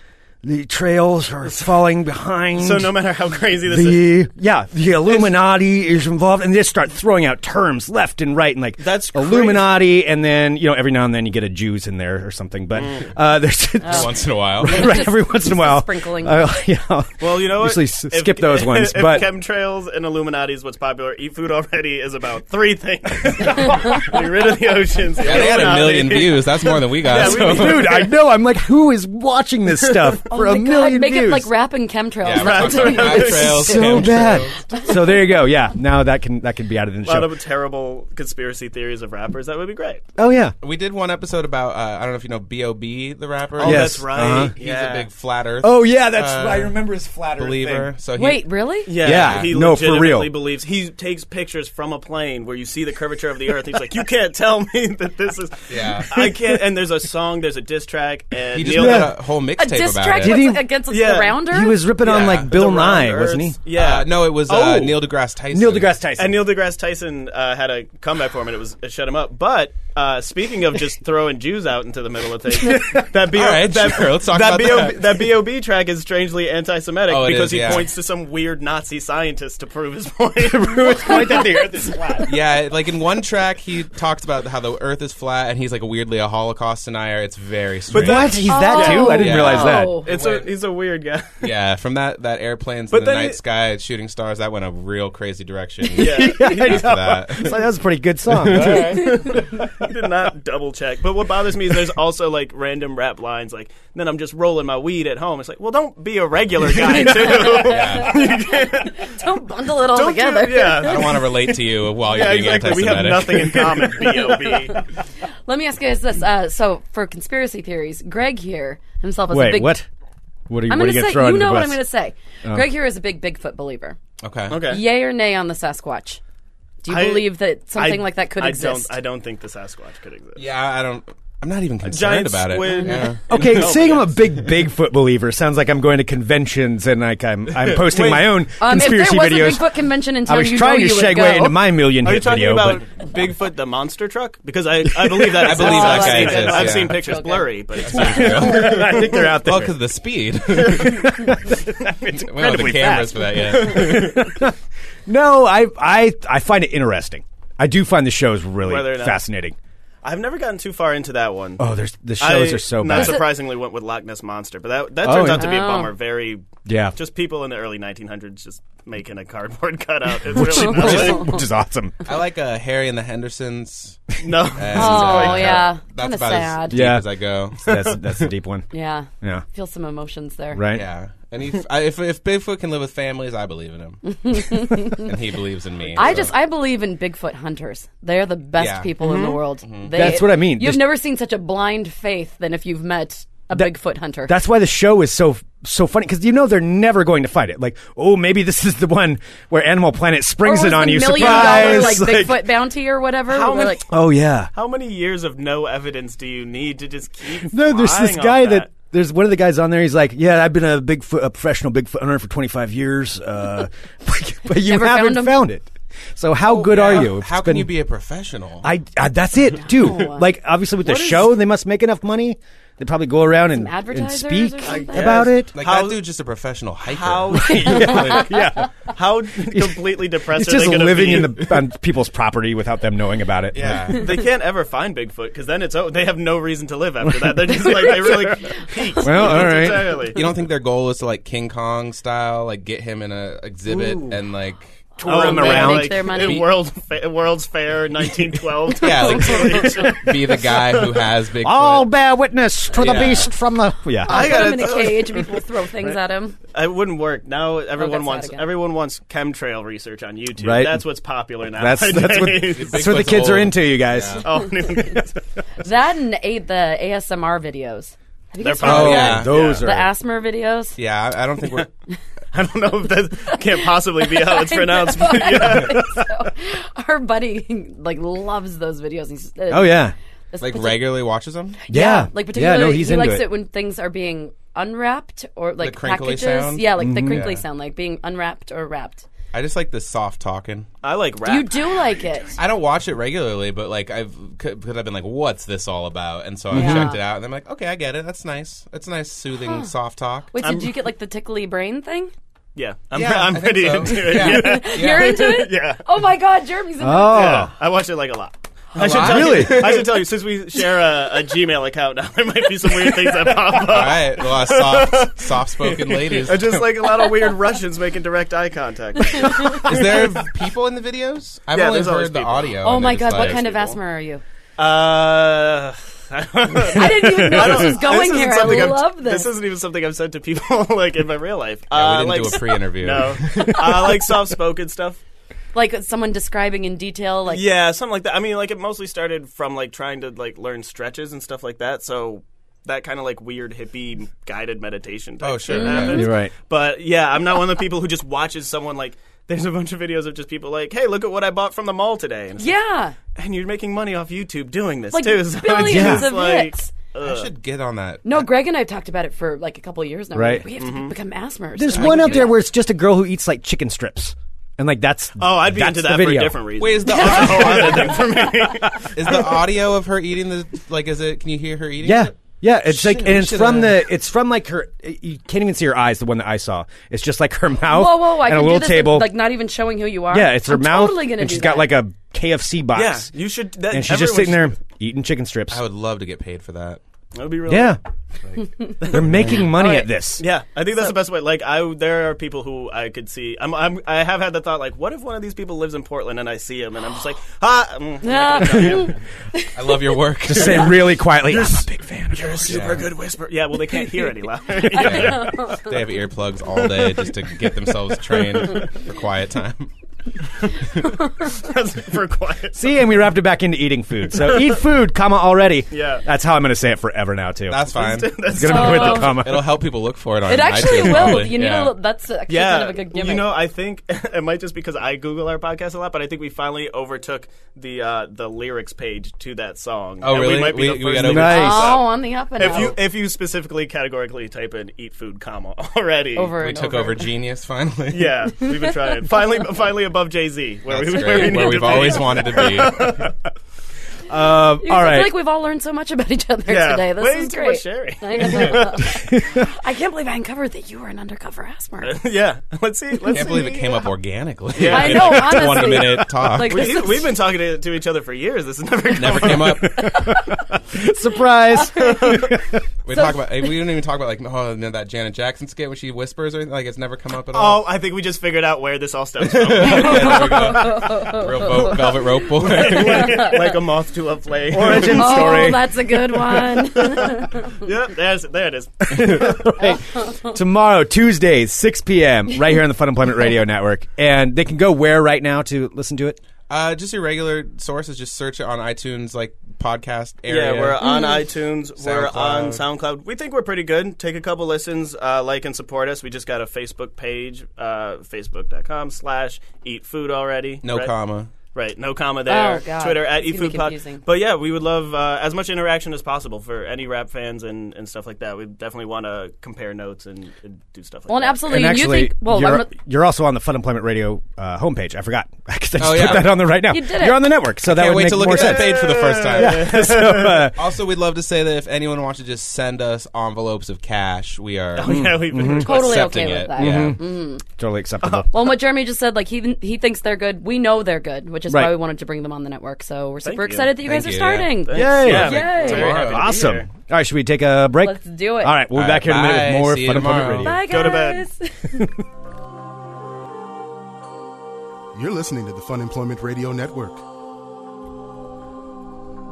Speaker 6: the trails are falling behind.
Speaker 9: So no matter how crazy this is,
Speaker 6: The yeah, the Illuminati is involved, and they just start throwing out terms left and right, and like
Speaker 9: That's
Speaker 6: Illuminati, and then you know every now and then you get a Jews in there or something, but
Speaker 9: Mm.
Speaker 6: uh, there's
Speaker 8: Once in a while.
Speaker 6: right every once in a while
Speaker 7: Oh. sprinkling.
Speaker 6: Uh, yeah,
Speaker 9: Well, you know what?
Speaker 6: usually s-
Speaker 9: If-
Speaker 6: skip those ones,
Speaker 9: if
Speaker 6: but
Speaker 9: chemtrails and Illuminati is what's popular. Eat food already is about three things: get rid of the oceans.
Speaker 8: Yeah, they had a million views. That's more than we got.
Speaker 9: Yeah, we-
Speaker 8: so.
Speaker 6: dude, I know I'm like, who is watching this stuff for
Speaker 7: Oh my
Speaker 6: a
Speaker 7: God,
Speaker 6: million
Speaker 7: Make
Speaker 6: views?
Speaker 7: it like rap and chemtrails.
Speaker 8: Yeah,
Speaker 7: That's
Speaker 8: we're
Speaker 7: what
Speaker 8: talking
Speaker 7: it
Speaker 8: about
Speaker 7: is.
Speaker 8: trails,
Speaker 6: so
Speaker 8: chemtrails.
Speaker 6: bad. so there you go. Yeah, now that can that can be added in the
Speaker 9: A lot
Speaker 6: show.
Speaker 9: of terrible conspiracy theories of rappers. That would be great.
Speaker 6: Oh yeah,
Speaker 8: We did one episode about uh, I don't know if you know B.O.B. the rapper.
Speaker 9: Oh,
Speaker 6: Yes.
Speaker 9: that's right.
Speaker 6: Uh-huh.
Speaker 8: He's
Speaker 9: Yeah.
Speaker 8: a big flat Earth.
Speaker 6: oh yeah, that's
Speaker 8: Uh,
Speaker 6: I remember his flat Earth
Speaker 8: believer.
Speaker 6: thing.
Speaker 8: So he,
Speaker 7: Wait, really?
Speaker 9: Yeah,
Speaker 6: Yeah,
Speaker 9: he
Speaker 6: no, for real.
Speaker 9: legitimately believes he takes pictures from a plane where you see the curvature of the earth. He's like, you can't tell me that this is.
Speaker 8: Yeah.
Speaker 9: I can't. And there's a song, there's a diss track, and
Speaker 8: he just
Speaker 9: Neil.
Speaker 8: made
Speaker 6: Yeah.
Speaker 8: a whole
Speaker 7: A
Speaker 8: mixtape
Speaker 7: diss
Speaker 8: about
Speaker 7: track
Speaker 8: it.
Speaker 6: Did he-
Speaker 7: was against
Speaker 9: Yeah.
Speaker 7: the rounder?
Speaker 6: He was ripping on
Speaker 8: Yeah.
Speaker 6: like Bill
Speaker 9: The Wrong
Speaker 6: Nye, wasn't he?
Speaker 9: Earths. Yeah.
Speaker 8: Uh, no, it was
Speaker 9: Oh.
Speaker 8: uh, Neil deGrasse Tyson.
Speaker 6: Neil deGrasse Tyson.
Speaker 9: And Neil deGrasse Tyson uh, had a comeback for him, and it was it shut him up. But uh, speaking of just throwing Jews out into the middle of things, that B-
Speaker 8: All right,
Speaker 9: that,
Speaker 8: sure, let's talk
Speaker 9: that
Speaker 8: about
Speaker 9: B.O.B.
Speaker 8: that.
Speaker 9: that B.O.B. track is strangely anti-Semitic
Speaker 8: Oh, it
Speaker 9: because
Speaker 8: is,
Speaker 9: he
Speaker 8: yeah.
Speaker 9: points to some weird Nazi scientist to prove his point. to prove his point that the Earth is flat.
Speaker 8: yeah, like in one track, he talks about how the Earth is flat, and he's like weirdly a Holocaust denier. It's very strange.
Speaker 6: What? He's that too? I didn't
Speaker 8: Yeah.
Speaker 6: realize that.
Speaker 7: Oh.
Speaker 9: It's a, he's a weird guy.
Speaker 8: Yeah, from that that airplanes
Speaker 9: But
Speaker 8: in the
Speaker 9: then
Speaker 8: night
Speaker 9: it-
Speaker 8: sky shooting stars, that went a real crazy direction.
Speaker 9: Yeah.
Speaker 8: after that.
Speaker 6: It's like, that was a pretty good song.
Speaker 9: I did not double check. But what bothers me is there's also like random rap lines like, then I'm just rolling my weed at home. It's like, well, don't be a regular guy, too.
Speaker 7: Don't bundle it all
Speaker 9: Don't do-
Speaker 7: together.
Speaker 8: I
Speaker 9: yeah.
Speaker 8: don't want to relate to you while you're
Speaker 9: Yeah,
Speaker 8: being
Speaker 9: exactly. We have
Speaker 8: anti-Semitic.
Speaker 9: nothing in common, B.O.B.
Speaker 7: Let me ask you guys this. Uh, so, for conspiracy theories, Greg here himself is a
Speaker 6: Wait,
Speaker 7: big.
Speaker 6: what? What are you,
Speaker 7: I'm
Speaker 6: what
Speaker 7: going
Speaker 6: are you
Speaker 7: to
Speaker 6: gonna
Speaker 7: say,
Speaker 6: throw
Speaker 7: you
Speaker 6: under
Speaker 7: know
Speaker 6: the
Speaker 7: what
Speaker 6: bus? Oh.
Speaker 7: I'm going to say. Greg here is a big Bigfoot believer.
Speaker 8: Okay.
Speaker 9: Okay.
Speaker 7: Yay or nay on the Sasquatch? Do you
Speaker 9: I-
Speaker 7: believe that something
Speaker 9: I-
Speaker 7: like that could
Speaker 9: I
Speaker 7: exist?
Speaker 9: Don't, I don't think the Sasquatch could exist.
Speaker 8: Yeah, I don't. I'm not even concerned
Speaker 9: giant
Speaker 8: about it.
Speaker 9: squid.
Speaker 8: Yeah.
Speaker 6: Okay,
Speaker 9: No,
Speaker 6: saying I'm a
Speaker 9: Oh, yes.
Speaker 6: big Bigfoot believer sounds like I'm going to conventions and like I'm I'm posting my own
Speaker 7: um, if there
Speaker 6: conspiracy
Speaker 7: was
Speaker 6: videos.
Speaker 7: a Bigfoot convention in town,
Speaker 6: I was
Speaker 7: you
Speaker 6: trying
Speaker 7: know you
Speaker 6: to
Speaker 7: would go.
Speaker 6: segue into my million
Speaker 9: Are you
Speaker 6: hit
Speaker 9: talking
Speaker 6: video,
Speaker 9: about
Speaker 6: but
Speaker 9: Bigfoot the monster truck? Because I, I believe that
Speaker 8: I believe
Speaker 7: that
Speaker 9: I've
Speaker 7: guy
Speaker 9: seen, it.
Speaker 7: exists,
Speaker 9: I've
Speaker 8: yeah.
Speaker 9: seen pictures
Speaker 7: Okay.
Speaker 9: blurry, but it's
Speaker 6: I think they're out there.
Speaker 9: Oh,
Speaker 8: Well, because of the speed. we don't have the
Speaker 6: incredibly
Speaker 8: cameras for that yet.
Speaker 6: No, I I I find it interesting. I do find the shows really
Speaker 9: Whether or not-
Speaker 6: fascinating.
Speaker 9: I've never gotten too far into that one.
Speaker 6: Oh, there's the shows
Speaker 9: I
Speaker 6: are so
Speaker 9: not
Speaker 6: bad.
Speaker 9: surprisingly went with Loch Ness monster, but that that
Speaker 6: Oh,
Speaker 9: turns
Speaker 6: yeah.
Speaker 9: out to be a
Speaker 7: Oh.
Speaker 9: bummer. Very
Speaker 6: Yeah.
Speaker 9: just people in the early 1900s just making a cardboard cutout. It's really
Speaker 6: which, is,
Speaker 9: not
Speaker 6: which is awesome.
Speaker 8: I like uh, Harry and the Hendersons.
Speaker 9: no.
Speaker 8: And,
Speaker 7: Oh,
Speaker 8: uh,
Speaker 7: yeah.
Speaker 8: That's
Speaker 7: Kinda
Speaker 8: about
Speaker 7: sad.
Speaker 8: as deep
Speaker 6: Yeah.
Speaker 8: as I go.
Speaker 6: That's that's a deep one.
Speaker 7: yeah.
Speaker 6: Yeah,
Speaker 7: Feel some emotions there.
Speaker 6: right.
Speaker 8: Yeah. And if, I- if if Bigfoot can live with families, I believe in him, and he believes in me.
Speaker 7: I
Speaker 8: so.
Speaker 7: just I believe in Bigfoot hunters. They're the best
Speaker 8: Yeah.
Speaker 7: people in the
Speaker 9: Mm-hmm.
Speaker 7: world. They-
Speaker 6: That's what I mean.
Speaker 7: You've
Speaker 6: Just-
Speaker 7: never seen such a blind faith than if you've met a
Speaker 6: That-
Speaker 7: Bigfoot hunter.
Speaker 6: That's why the show is so so funny because you know they're never going to fight it. Like, oh, maybe this is the one where Animal Planet springs
Speaker 7: or
Speaker 6: it on
Speaker 7: Oh, the
Speaker 6: you.
Speaker 7: Million
Speaker 6: Surprise!
Speaker 7: dollar like,
Speaker 6: Like-
Speaker 7: Bigfoot bounty or whatever.
Speaker 9: How
Speaker 7: We're
Speaker 9: many-
Speaker 7: like,
Speaker 6: oh yeah.
Speaker 9: How many years of no evidence do you need to just keep?
Speaker 6: No, there's this
Speaker 9: flying off
Speaker 6: guy that.
Speaker 9: that.
Speaker 6: there's one of the guys on there. He's like, "Yeah, I've been a Bigfoot, a professional Bigfoot hunter for 25 years, uh, but, but you
Speaker 7: Never
Speaker 6: haven't
Speaker 7: found 'em?
Speaker 6: found it. So how good
Speaker 8: Yeah.
Speaker 6: are you? It's
Speaker 8: How can
Speaker 6: been-
Speaker 8: you be a professional?
Speaker 6: I, I that's it, dude. Like obviously with the show, they must make enough money. They probably go around and, and
Speaker 7: advertisers or
Speaker 6: speak
Speaker 7: something? I
Speaker 6: about it.
Speaker 8: like
Speaker 9: How-
Speaker 8: that dude's just a professional hiker.
Speaker 9: How
Speaker 6: yeah,
Speaker 9: how completely depressed
Speaker 6: it's
Speaker 9: are
Speaker 6: just
Speaker 9: they gonna
Speaker 6: living
Speaker 9: be?
Speaker 6: in the on people's property without them knowing about it.
Speaker 8: Yeah.
Speaker 9: they can't ever find Bigfoot because then it's oh they have no reason to live after that. They're just like they really peaked.
Speaker 6: Well, all right.
Speaker 9: entirely.
Speaker 8: You don't think their goal is to like King Kong style, like get him in a exhibit and like
Speaker 9: tour
Speaker 8: Oh,
Speaker 9: him
Speaker 8: they
Speaker 9: around
Speaker 8: make
Speaker 9: like,
Speaker 7: their money.
Speaker 9: in World Fa- World's Fair 1912.
Speaker 8: Yeah, like be the guy who has Bigfoot.
Speaker 6: All bear witness to the
Speaker 8: Yeah.
Speaker 6: beast from the. Yeah.
Speaker 9: I
Speaker 7: Put
Speaker 9: gotta
Speaker 7: him in a cage and people throw things at him.
Speaker 9: It wouldn't work now.
Speaker 7: that's
Speaker 9: Everyone
Speaker 7: out
Speaker 9: wants
Speaker 7: again.
Speaker 9: everyone wants chemtrail research on YouTube.
Speaker 6: Right.
Speaker 9: That's what's popular now.
Speaker 6: that's that's what that's what the
Speaker 8: Bigfoot's
Speaker 6: kids are
Speaker 8: old.
Speaker 6: into, you guys.
Speaker 9: oh, no.
Speaker 7: That and ate the ASMR videos. Have you
Speaker 9: They're
Speaker 7: guys seen
Speaker 8: Oh,
Speaker 7: the-
Speaker 8: yeah.
Speaker 6: those
Speaker 7: the
Speaker 6: are.
Speaker 7: ASMR videos?
Speaker 8: Yeah, I, I don't think we're.
Speaker 9: I don't know if that can't possibly be how it's pronounced. but yeah.
Speaker 7: Our buddy like loves those videos. He's, uh,
Speaker 6: Oh yeah.
Speaker 7: this
Speaker 8: Like
Speaker 7: partic-
Speaker 8: regularly watches them.
Speaker 6: Yeah.
Speaker 7: like particularly
Speaker 6: Yeah, no, he's
Speaker 7: he
Speaker 6: into
Speaker 7: likes
Speaker 6: it.
Speaker 7: it. when things are being unwrapped or like
Speaker 8: crinkly
Speaker 7: packages.
Speaker 8: sound?
Speaker 7: Yeah, like the
Speaker 6: Mm-hmm.
Speaker 7: crinkly
Speaker 8: Yeah.
Speaker 7: sound, like being unwrapped or wrapped.
Speaker 8: I just like the soft talking.
Speaker 9: I like rap.
Speaker 7: You do like it.
Speaker 8: I don't watch it regularly, but like I've c- because I've been like, what's this all about? And so I
Speaker 7: Yeah.
Speaker 8: checked it out, and I'm like, okay, I get it. That's nice. That's nice, soothing, soft talk.
Speaker 7: Wait, did you get like the tickly brain thing?
Speaker 9: Yeah, I'm,
Speaker 8: Yeah,
Speaker 9: I'm
Speaker 8: I think
Speaker 9: pretty
Speaker 8: so.
Speaker 9: into it.
Speaker 8: Yeah.
Speaker 9: Yeah.
Speaker 7: You're into it?
Speaker 9: Yeah.
Speaker 7: Oh my god, Jeremy's into
Speaker 6: Oh.
Speaker 9: Yeah. I watch it like a lot. I should
Speaker 8: lot?
Speaker 9: tell
Speaker 6: Really?
Speaker 9: You, I should tell you since we share a, a Gmail account now, there might be some weird things that pop up.
Speaker 8: All right, a lot of soft, soft-spoken ladies.
Speaker 9: I just like a lot of weird Russians making direct eye contact.
Speaker 8: Is there people in the videos? I've
Speaker 9: Yeah,
Speaker 8: only
Speaker 9: there's always
Speaker 8: heard the
Speaker 9: people.
Speaker 8: audio.
Speaker 7: Oh
Speaker 8: and
Speaker 7: my
Speaker 8: it's
Speaker 7: god, what
Speaker 8: like-
Speaker 7: kind of asthma are you?
Speaker 9: Uh,
Speaker 7: I didn't even know this was going
Speaker 9: isn't
Speaker 7: here. I
Speaker 9: something I've-
Speaker 7: love this.
Speaker 9: This isn't even something I've said to people like in my real life.
Speaker 8: Yeah,
Speaker 9: uh,
Speaker 8: "Oh, we didn't
Speaker 9: like,
Speaker 8: do a pre-interview.
Speaker 9: No, I like soft-spoken stuff.
Speaker 7: like someone describing in detail, like
Speaker 9: Yeah, something like that. I mean, like it mostly started from like trying to like learn stretches and stuff like that. So that kind of like weird hippie guided meditation. Type
Speaker 8: Oh, sure,
Speaker 9: shit
Speaker 8: yeah.
Speaker 9: happens.
Speaker 6: You're right.
Speaker 9: But yeah, I'm not one of the people who just watches someone like. There's a bunch of videos of just people like, "Hey, look at what I bought from the mall today," and,
Speaker 7: yeah,
Speaker 9: and you're making money off YouTube doing this
Speaker 7: like
Speaker 9: too. So it's
Speaker 7: billions
Speaker 9: just
Speaker 7: of
Speaker 9: like,
Speaker 7: hits.
Speaker 8: I should get on that.
Speaker 7: No, Greg and I have talked about it for like a couple of years now.
Speaker 6: Right.
Speaker 7: We have to become asthmers.
Speaker 6: There's
Speaker 7: And I
Speaker 6: one
Speaker 7: can
Speaker 6: out
Speaker 7: do
Speaker 6: there
Speaker 7: that.
Speaker 6: where it's just a girl who eats like chicken strips, and like that's
Speaker 9: Oh, I'd be
Speaker 6: that's
Speaker 9: into
Speaker 6: the
Speaker 9: that for
Speaker 6: video.
Speaker 9: a different reason.
Speaker 8: Wait, is the audio Is the audio of her eating the like? Is it? Can you hear her eating?
Speaker 6: Yeah.
Speaker 8: it?
Speaker 6: Yeah, it's
Speaker 8: Shit,
Speaker 6: like,
Speaker 8: we
Speaker 6: and it's
Speaker 8: should
Speaker 6: from
Speaker 8: have-
Speaker 6: the, it's from like her. You can't even see her eyes. The one that I saw, it's just like her mouth
Speaker 7: Whoa, whoa! I
Speaker 6: and
Speaker 7: can
Speaker 6: a
Speaker 7: do
Speaker 6: little
Speaker 7: this
Speaker 6: table.
Speaker 7: with, like not even showing who you are.
Speaker 6: yeah, it's her
Speaker 7: I'm
Speaker 6: mouth,
Speaker 7: Totally gonna
Speaker 6: and
Speaker 7: do
Speaker 6: she's got
Speaker 7: that.
Speaker 6: like a KFC
Speaker 9: yeah,
Speaker 6: box,
Speaker 9: you should. That,
Speaker 6: and she's just
Speaker 9: everyone
Speaker 6: sitting
Speaker 9: should-
Speaker 6: there eating chicken strips.
Speaker 8: I would love to get paid for that.
Speaker 9: That would be really.
Speaker 6: yeah, they're making money at this.
Speaker 9: Yeah, I think that's the best way. Like, I there are people who I could see. I'm, I'm I have had the thought like, what if one of these people lives in Portland and I see him and I'm just like, ah, mm,
Speaker 7: Yeah.
Speaker 8: I love your work.
Speaker 6: Just say really quietly. I'm a big fan. Of yours."
Speaker 9: super good whisper. Yeah, well they can't hear any louder.
Speaker 8: Yeah. They have earplugs all day just to get themselves trained for quiet time.
Speaker 9: for quiet.
Speaker 6: See, and we wrapped it back into eating food. So eat food, comma already.
Speaker 9: Yeah.
Speaker 6: that's how I'm going to say it forever now too.
Speaker 8: That's fine.
Speaker 6: it's going to be with
Speaker 7: Oh.
Speaker 6: the comma.
Speaker 8: It'll help people look for it on
Speaker 7: it actually
Speaker 8: iTunes,
Speaker 7: will.
Speaker 8: probably.
Speaker 7: You need
Speaker 8: yeah.
Speaker 7: a. li- That's actually
Speaker 9: Yeah,
Speaker 7: kind of a good gimmick.
Speaker 9: you know, I think it might just because I Google our podcast a lot, but I think we finally overtook the uh, the lyrics page to that song.
Speaker 8: Oh,
Speaker 9: And
Speaker 8: really?
Speaker 9: We might be
Speaker 8: We-
Speaker 9: the
Speaker 8: we
Speaker 9: first
Speaker 8: got
Speaker 9: people to
Speaker 6: over-
Speaker 9: do that.
Speaker 7: oh, on the up and
Speaker 9: If
Speaker 7: up.
Speaker 9: you if you specifically categorically type in "eat food," comma already
Speaker 7: over
Speaker 8: We
Speaker 7: and
Speaker 8: took
Speaker 7: over.
Speaker 8: over Genius finally.
Speaker 9: Yeah, we've been trying. finally, finally above Jay Z, where,
Speaker 8: That's
Speaker 9: we,
Speaker 8: great.
Speaker 9: where we need
Speaker 8: Where
Speaker 9: to
Speaker 8: we've
Speaker 9: be.
Speaker 8: always wanted to be.
Speaker 6: Um,
Speaker 7: You guys,
Speaker 6: all
Speaker 7: I
Speaker 6: right.
Speaker 7: feel like we've all learned so much about each other
Speaker 9: Yeah.
Speaker 7: today. This
Speaker 9: Way
Speaker 7: is
Speaker 9: too much
Speaker 7: great.
Speaker 9: sharing.
Speaker 7: I know. I can't believe I uncovered that you were an undercover asthma.
Speaker 9: Yeah, let's see. Let's
Speaker 8: Can't
Speaker 9: see.
Speaker 8: believe it came up organically.
Speaker 9: Yeah.
Speaker 7: I know, honestly.
Speaker 8: One minute talk.
Speaker 7: Like,
Speaker 9: We,
Speaker 7: this is-
Speaker 9: we've been talking to, to each other for years. This has never come
Speaker 8: Never came up.
Speaker 6: Surprise.
Speaker 8: We talk about. We didn't even talk about like oh no, that Janet Jackson skit when she whispers or anything. Like it's never come up at all.
Speaker 9: Oh, I think we just figured out where this all stems from.
Speaker 8: Real vo- velvet rope boy.
Speaker 9: like a moth to a flame.
Speaker 6: Origin
Speaker 7: oh,
Speaker 6: story.
Speaker 7: that's a good one.
Speaker 9: yep, there's, there it is.
Speaker 6: Tomorrow, Tuesdays, 6 p.m., right here on the Fun Employment Radio Network. And they can go where right now to listen to it?
Speaker 8: uh, just your regular sources. Just search it on iTunes, like podcast area.
Speaker 9: Yeah, we're on iTunes. We're on
Speaker 8: SoundCloud.
Speaker 9: SoundCloud. We think we're pretty good. Take a couple listens, uh, like and support us. We just got a Facebook page, uh, facebook.com slash eat food already.
Speaker 8: no
Speaker 9: right?
Speaker 8: comma.
Speaker 9: Right, no comma there.
Speaker 7: Oh, God.
Speaker 9: Twitter at
Speaker 7: It's gonna be
Speaker 9: eFoodPod.
Speaker 7: confusing.
Speaker 9: But yeah, we would love uh, as much interaction as possible for any rap fans and, and stuff like that. We definitely want to compare notes and, and do stuff like
Speaker 7: well, and
Speaker 9: that.
Speaker 7: absolutely.
Speaker 6: and actually,
Speaker 7: you think? Well,
Speaker 6: you're,
Speaker 7: I'm-
Speaker 6: you're also on the Fun Employment Radio uh, homepage. I forgot. 'Cause I just
Speaker 8: Oh, yeah.
Speaker 6: put that on there right now.
Speaker 7: You did it.
Speaker 6: are on the network, so that
Speaker 8: Can't
Speaker 6: would
Speaker 8: wait
Speaker 6: make
Speaker 8: to look
Speaker 6: more
Speaker 8: at that
Speaker 6: sense.
Speaker 8: page for the first time.
Speaker 6: so, uh,
Speaker 8: Also, we'd love to say that if anyone wants to just send us envelopes of cash, we are
Speaker 9: Yeah, we've
Speaker 7: Mm-hmm.
Speaker 9: been
Speaker 7: Oh, totally
Speaker 8: accepting
Speaker 7: okay with
Speaker 8: it.
Speaker 7: that.
Speaker 6: Mm-hmm.
Speaker 7: Mm-hmm.
Speaker 8: Yeah.
Speaker 6: totally acceptable.
Speaker 7: Well, and what Jeremy just said, like he he thinks they're good. We know they're good, which is
Speaker 6: Right.
Speaker 7: why we wanted to bring them on the network. So we're super
Speaker 9: Thank you.
Speaker 7: excited that you guys
Speaker 8: Thank
Speaker 7: are
Speaker 8: you, yeah.
Speaker 7: starting.
Speaker 6: Yay.
Speaker 9: Yeah,
Speaker 7: Yay.
Speaker 9: very happy to be
Speaker 6: Awesome. All
Speaker 9: here.
Speaker 6: right, should we take a break?
Speaker 7: Let's do it.
Speaker 6: All right, we'll be
Speaker 8: All
Speaker 6: back here in a minute
Speaker 8: bye.
Speaker 6: with more
Speaker 8: See you
Speaker 6: Fun Employment
Speaker 8: tomorrow.
Speaker 6: Radio.
Speaker 7: Bye, guys.
Speaker 9: Go to bed.
Speaker 1: You're listening to the Fun Employment Radio Network.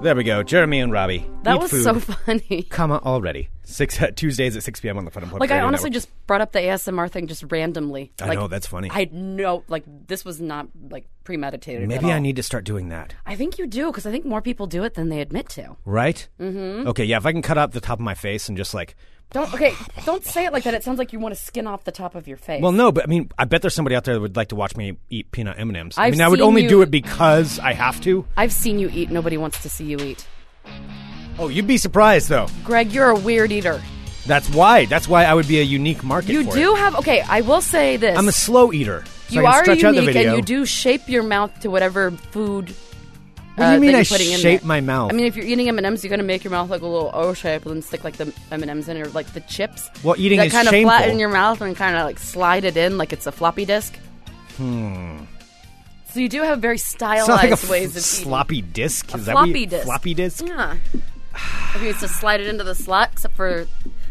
Speaker 6: There we go. Jeremy and Robbie.
Speaker 7: That
Speaker 6: Eat
Speaker 7: was
Speaker 6: food,
Speaker 7: so funny.
Speaker 6: Comma already. Six uh, Tuesdays at six p.m. on the Fun Employment
Speaker 7: Like I
Speaker 6: Radio
Speaker 7: honestly
Speaker 6: Network.
Speaker 7: just brought up the ASMR thing just randomly.
Speaker 6: I
Speaker 7: Like,
Speaker 6: know, that's funny.
Speaker 7: I know, like this was not like premeditated. at
Speaker 6: maybe I
Speaker 7: all.
Speaker 6: need to start doing that.
Speaker 7: I think you do because I think more people do it than they admit to.
Speaker 6: Right? Mm-hmm. Okay. Yeah. If I can cut out the top of my face and just like.
Speaker 7: Don't okay. Don't say it like that. It sounds like you want to skin off the top of your face.
Speaker 6: Well, no, but I mean, I bet there's somebody out there that would like to watch me eat peanut M and M's. I
Speaker 7: I've
Speaker 6: mean, I would
Speaker 7: seen
Speaker 6: only
Speaker 7: you-
Speaker 6: do it because I have to.
Speaker 7: I've seen you eat. Nobody wants to see you eat.
Speaker 6: Oh, you'd be surprised though.
Speaker 7: Greg, you're a weird eater.
Speaker 6: That's why. That's why I would be a unique market.
Speaker 7: You
Speaker 6: for
Speaker 7: do
Speaker 6: it.
Speaker 7: have okay. I will say this.
Speaker 6: I'm a slow eater. So
Speaker 7: you
Speaker 6: I can
Speaker 7: are
Speaker 6: stretch
Speaker 7: unique,
Speaker 6: out the video.
Speaker 7: and you do shape your mouth to whatever food.
Speaker 6: What do you mean
Speaker 7: uh, that
Speaker 6: I
Speaker 7: you're putting in
Speaker 6: shape
Speaker 7: there.
Speaker 6: my mouth?
Speaker 7: I mean, if you're eating M and M's, you're gonna make your mouth like a little O shape, and then stick like the M and M's in, or like the chips.
Speaker 6: Well, eating
Speaker 7: that
Speaker 6: is
Speaker 7: kind of
Speaker 6: shameful.
Speaker 7: flatten your mouth and kind of like slide it in like it's a floppy disk. Hmm. So you do have very
Speaker 6: It's
Speaker 7: stylized
Speaker 6: not like a f-
Speaker 7: ways of
Speaker 6: sloppy disc.
Speaker 7: eating. A
Speaker 6: Is that
Speaker 7: floppy
Speaker 6: what you-
Speaker 7: disk.
Speaker 6: Floppy disk.
Speaker 7: Yeah. if you used to slide it into the slot, except for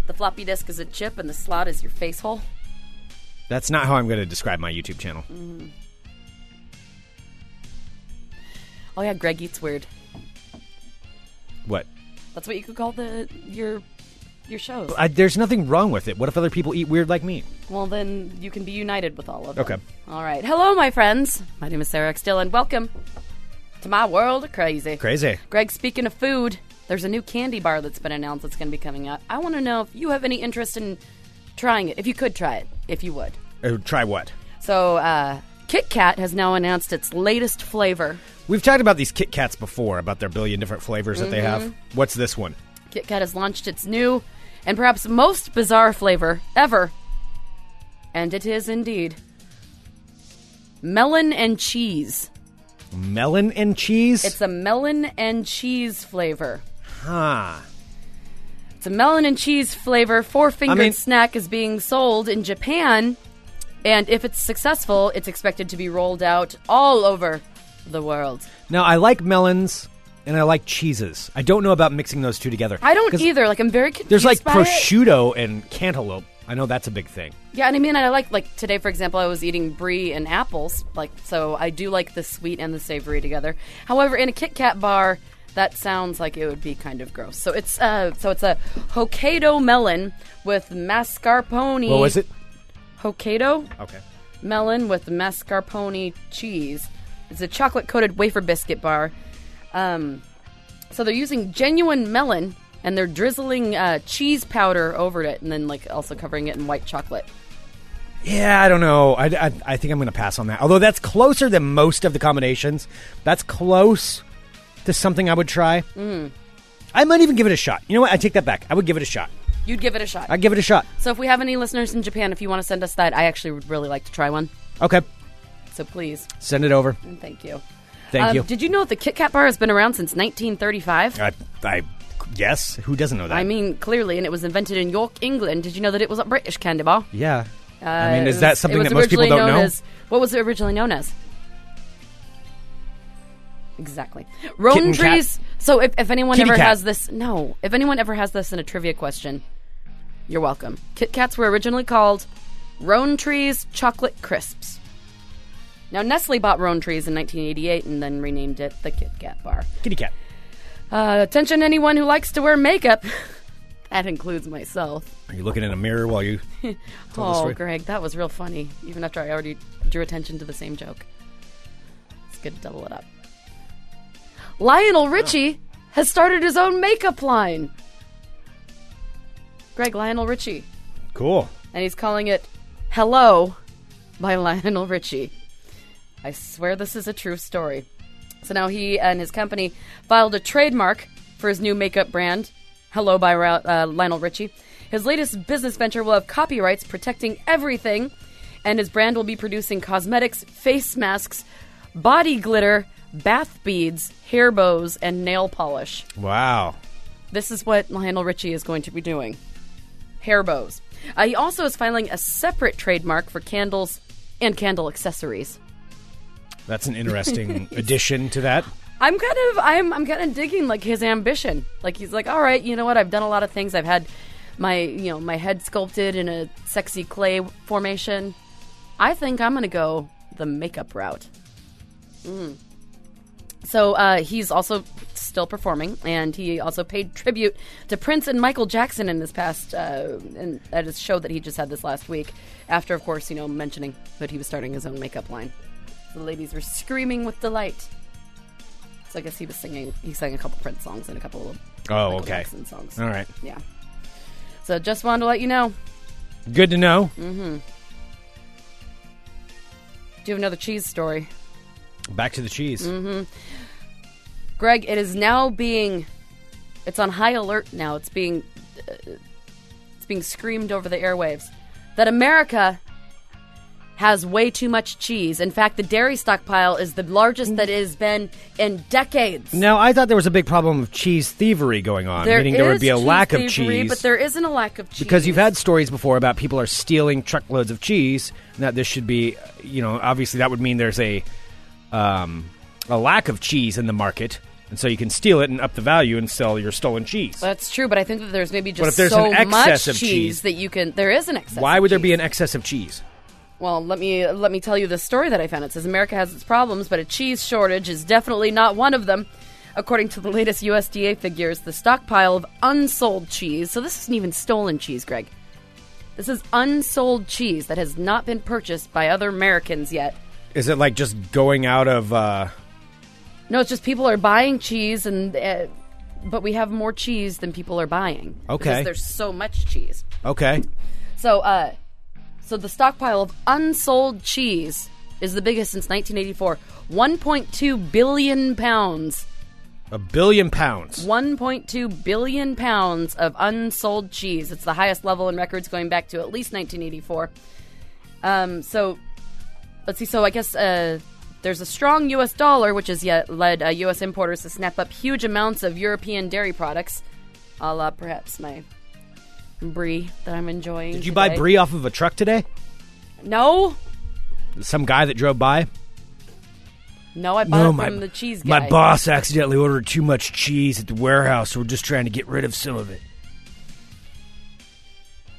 Speaker 7: the floppy disk is a chip and the slot is your face hole.
Speaker 6: That's not how I'm going to describe my YouTube channel.
Speaker 7: Oh yeah, Greg eats weird.
Speaker 6: What?
Speaker 7: That's what you could call the your your shows.
Speaker 6: I, there's nothing wrong with it. What if other people eat weird like me?
Speaker 7: Well, then you can be united with all of them.
Speaker 6: Okay.
Speaker 7: All right. Hello, my friends. My name is Sarah X. Dillon. Welcome to my world of crazy.
Speaker 6: Crazy.
Speaker 7: Greg, speaking of food, there's a new candy bar that's been announced that's going to be coming out. I want to know if you have any interest in trying it, if you could try it, if you would.
Speaker 6: Uh, try what?
Speaker 7: So, uh, Kit Kat has now announced its latest flavor.
Speaker 6: We've talked about these Kit Kats before, about their billion different flavors that they have.
Speaker 7: Mm-hmm.
Speaker 6: What's this one?
Speaker 7: Kit Kat has launched its new and perhaps most bizarre flavor ever. And it is indeed melon and cheese.
Speaker 6: Melon and cheese?
Speaker 7: It's a melon and cheese flavor.
Speaker 6: huh.
Speaker 7: It's a melon and cheese flavor four fingered
Speaker 6: I mean-
Speaker 7: snack is being sold in Japan. And if it's successful, it's expected to be rolled out all over the world.
Speaker 6: Now, I like melons and I like cheeses. I don't know about mixing those two together.
Speaker 7: I don't
Speaker 6: 'Cause
Speaker 7: either. Like I'm very confused.
Speaker 6: There's like
Speaker 7: by it.
Speaker 6: prosciutto and cantaloupe. I know that's a big thing.
Speaker 7: Yeah, and I mean, I like like today, for example, I was eating brie and apples, like so. I do like the sweet and the savory together. However, in a Kit Kat bar, that sounds like it would be kind of gross. So it's uh, so it's a Hokkaido melon with mascarpone.
Speaker 6: What was it?
Speaker 7: Hokkaido
Speaker 6: Okay.
Speaker 7: melon with mascarpone cheese. It's a chocolate coated wafer biscuit bar. Um, so they're using genuine melon and they're drizzling uh, cheese powder over it, and then like also covering it in white chocolate.
Speaker 6: Yeah, I don't know. I, I, I think I'm going to pass on that. Although that's closer than most of the combinations. That's close to something I would try.
Speaker 7: Mm.
Speaker 6: I might even give it a shot. You know what? I take that back. I would give it a shot.
Speaker 7: You'd give it a shot.
Speaker 6: I'd give it a shot.
Speaker 7: so if we have any listeners in Japan, if you want to send us that, I actually would really like to try one.
Speaker 6: Okay.
Speaker 7: So please
Speaker 6: Send it over.
Speaker 7: and thank you.
Speaker 6: Thank
Speaker 7: Um,
Speaker 6: you.
Speaker 7: Did you know the Kit Kat bar has been around since 1935?
Speaker 6: I, I, yes. Who doesn't know that?
Speaker 7: I mean, clearly, and it was invented in York, England. Did you know that it was a British candy bar?
Speaker 6: yeah.
Speaker 7: Uh,
Speaker 6: I mean,
Speaker 7: it
Speaker 6: is
Speaker 7: was-
Speaker 6: that
Speaker 7: it
Speaker 6: something
Speaker 7: was
Speaker 6: that most people
Speaker 7: originally
Speaker 6: don't
Speaker 7: known
Speaker 6: know?
Speaker 7: as- what was it originally known as? Exactly. Rowan
Speaker 6: Kitten cat.
Speaker 7: trees. So if, if anyone
Speaker 6: Kitty
Speaker 7: ever
Speaker 6: cat.
Speaker 7: has this, no. If anyone ever has this in a trivia question, you're welcome. Kit Kats were originally called Rowan trees chocolate crisps. Now Nestle bought Rowan trees in 1988 and then renamed it the Kit Kat bar.
Speaker 6: Kitty cat.
Speaker 7: Uh, attention, anyone who likes to wear makeup. that includes myself.
Speaker 6: Are you looking in a mirror while you? the
Speaker 7: Oh,
Speaker 6: story.
Speaker 7: Greg, that was real funny. Even after I already drew attention to the same joke. It's good to double it up. Lionel Richie has started his own makeup line. Greg, Lionel Richie.
Speaker 6: Cool.
Speaker 7: And he's calling it Hello by Lionel Richie. I swear this is a true story. So now he and his company filed a trademark for his new makeup brand, Hello by Ra- uh, Lionel Richie. His latest business venture will have copyrights protecting everything, and his brand will be producing cosmetics, face masks, body glitter, bath beads, hair bows, and nail polish.
Speaker 6: Wow.
Speaker 7: This is what Lionel Richie is going to be doing hair bows. Uh, he also is filing a separate trademark for candles and candle accessories.
Speaker 6: That's an interesting addition to that.
Speaker 7: I'm kind of I'm I'm kind of digging like his ambition. Like he's like, all right, you know what? I've done a lot of things. I've had my you know my head sculpted in a sexy clay formation. I think I'm gonna go the makeup route. Mm. So uh, he's also still performing, and he also paid tribute to Prince and Michael Jackson in this past uh, in, at his show that he just had this last week. After, of course, you know, mentioning that he was starting his own makeup line, the ladies were screaming with delight. So I guess he was singing. He sang a couple Prince songs and a couple of
Speaker 6: Oh,
Speaker 7: Michael
Speaker 6: okay.
Speaker 7: Jackson songs.
Speaker 6: All right.
Speaker 7: Yeah. So just wanted to let you know.
Speaker 6: Good to know.
Speaker 7: Mm. Do you have another cheese story?
Speaker 6: Back to the cheese.
Speaker 7: Mm. Greg, it is now being it's on high alert now. It's being uh, it's being screamed over the airwaves that America has way too much cheese. In fact, the dairy stockpile is the largest that it has been in decades.
Speaker 6: Now, I thought there was a big problem of cheese thievery going on,
Speaker 7: There
Speaker 6: meaning there would
Speaker 7: is
Speaker 6: be a
Speaker 7: cheese
Speaker 6: lack of
Speaker 7: thievery,
Speaker 6: cheese.
Speaker 7: but there isn't a lack of cheese
Speaker 6: because you've had stories before about people are stealing truckloads of cheese, and that this should be, you know, obviously that would mean there's a um, a lack of cheese in the market, and so you can steal it and up the value and sell your stolen cheese.
Speaker 7: That's true, but I think that there's maybe just
Speaker 6: if there's
Speaker 7: so
Speaker 6: an excess
Speaker 7: much
Speaker 6: of
Speaker 7: cheese,
Speaker 6: cheese-
Speaker 7: that you can. There is an excess.
Speaker 6: Why
Speaker 7: of
Speaker 6: would there
Speaker 7: cheese.
Speaker 6: be an excess of cheese?
Speaker 7: Well, let me let me tell you the story that I found. It says America has its problems, but a cheese shortage is definitely not one of them. According to the latest USDA figures, the stockpile of unsold cheese, so this isn't even stolen cheese, Greg. This is unsold cheese that has not been purchased by other Americans yet.
Speaker 6: Is it like just going out of? Uh,
Speaker 7: No, it's just people are buying cheese and uh, but we have more cheese than people are buying.
Speaker 6: Okay.
Speaker 7: Because there's so much cheese.
Speaker 6: okay,
Speaker 7: So, uh, so the stockpile of unsold cheese is the biggest since 1984. 1.2 billion pounds.
Speaker 6: a billion pounds.
Speaker 7: 1.2 billion pounds of unsold cheese. It's the highest level in records going back to at least 1984. Um, so, let's see. So, I guess uh, there's a strong U.S. dollar, which has yet led uh, U.S. importers to snap up huge amounts of European dairy products, a la perhaps my brie that I'm enjoying.
Speaker 6: Did you buy brie off of a truck today?
Speaker 7: No.
Speaker 6: Some guy that drove by.
Speaker 7: No, I bought it from the cheese guy.
Speaker 6: my boss accidentally ordered too much cheese at the warehouse, so we're just trying to get rid of some of it.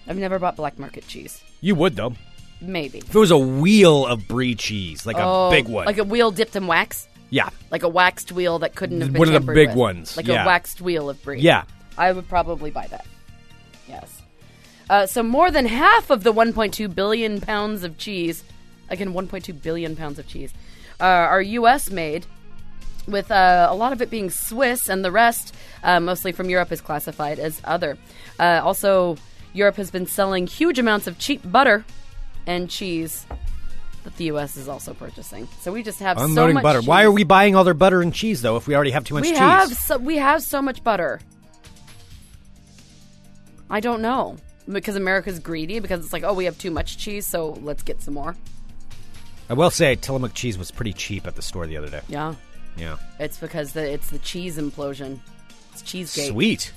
Speaker 7: I've never bought black market cheese.
Speaker 6: You would though.
Speaker 7: Maybe.
Speaker 6: If it was a wheel of brie cheese, like a big one,
Speaker 7: Oh, Like a wheel dipped in wax.
Speaker 6: yeah,
Speaker 7: Like a waxed wheel that couldn't have been
Speaker 6: One of the
Speaker 7: tampered
Speaker 6: big
Speaker 7: with.
Speaker 6: ones,
Speaker 7: Like
Speaker 6: yeah.
Speaker 7: a waxed wheel of brie.
Speaker 6: yeah.
Speaker 7: I would probably buy that. Yes. Uh, so more than half of the 1.2 billion pounds of cheese, again 1.2 billion pounds of cheese, uh, are U.S. made, with uh, a lot of it being Swiss, and the rest, uh, mostly from Europe, is classified as other. Uh, also, Europe has been selling huge amounts of cheap butter and cheese that the U.S. is also purchasing. So we just have so
Speaker 6: Unloading
Speaker 7: much
Speaker 6: butter. Why
Speaker 7: cheese.
Speaker 6: are we buying all their butter and cheese though? If we already have too much
Speaker 7: We
Speaker 6: cheese,
Speaker 7: have so, we have so much butter. I don't know because America's greedy because it's like oh we have too much cheese so let's get some more.
Speaker 6: I will say Tillamook cheese was pretty cheap at the store the other day.
Speaker 7: Yeah,
Speaker 6: Yeah,
Speaker 7: it's because the, it's the cheese implosion. It's cheesecake.
Speaker 6: sweet.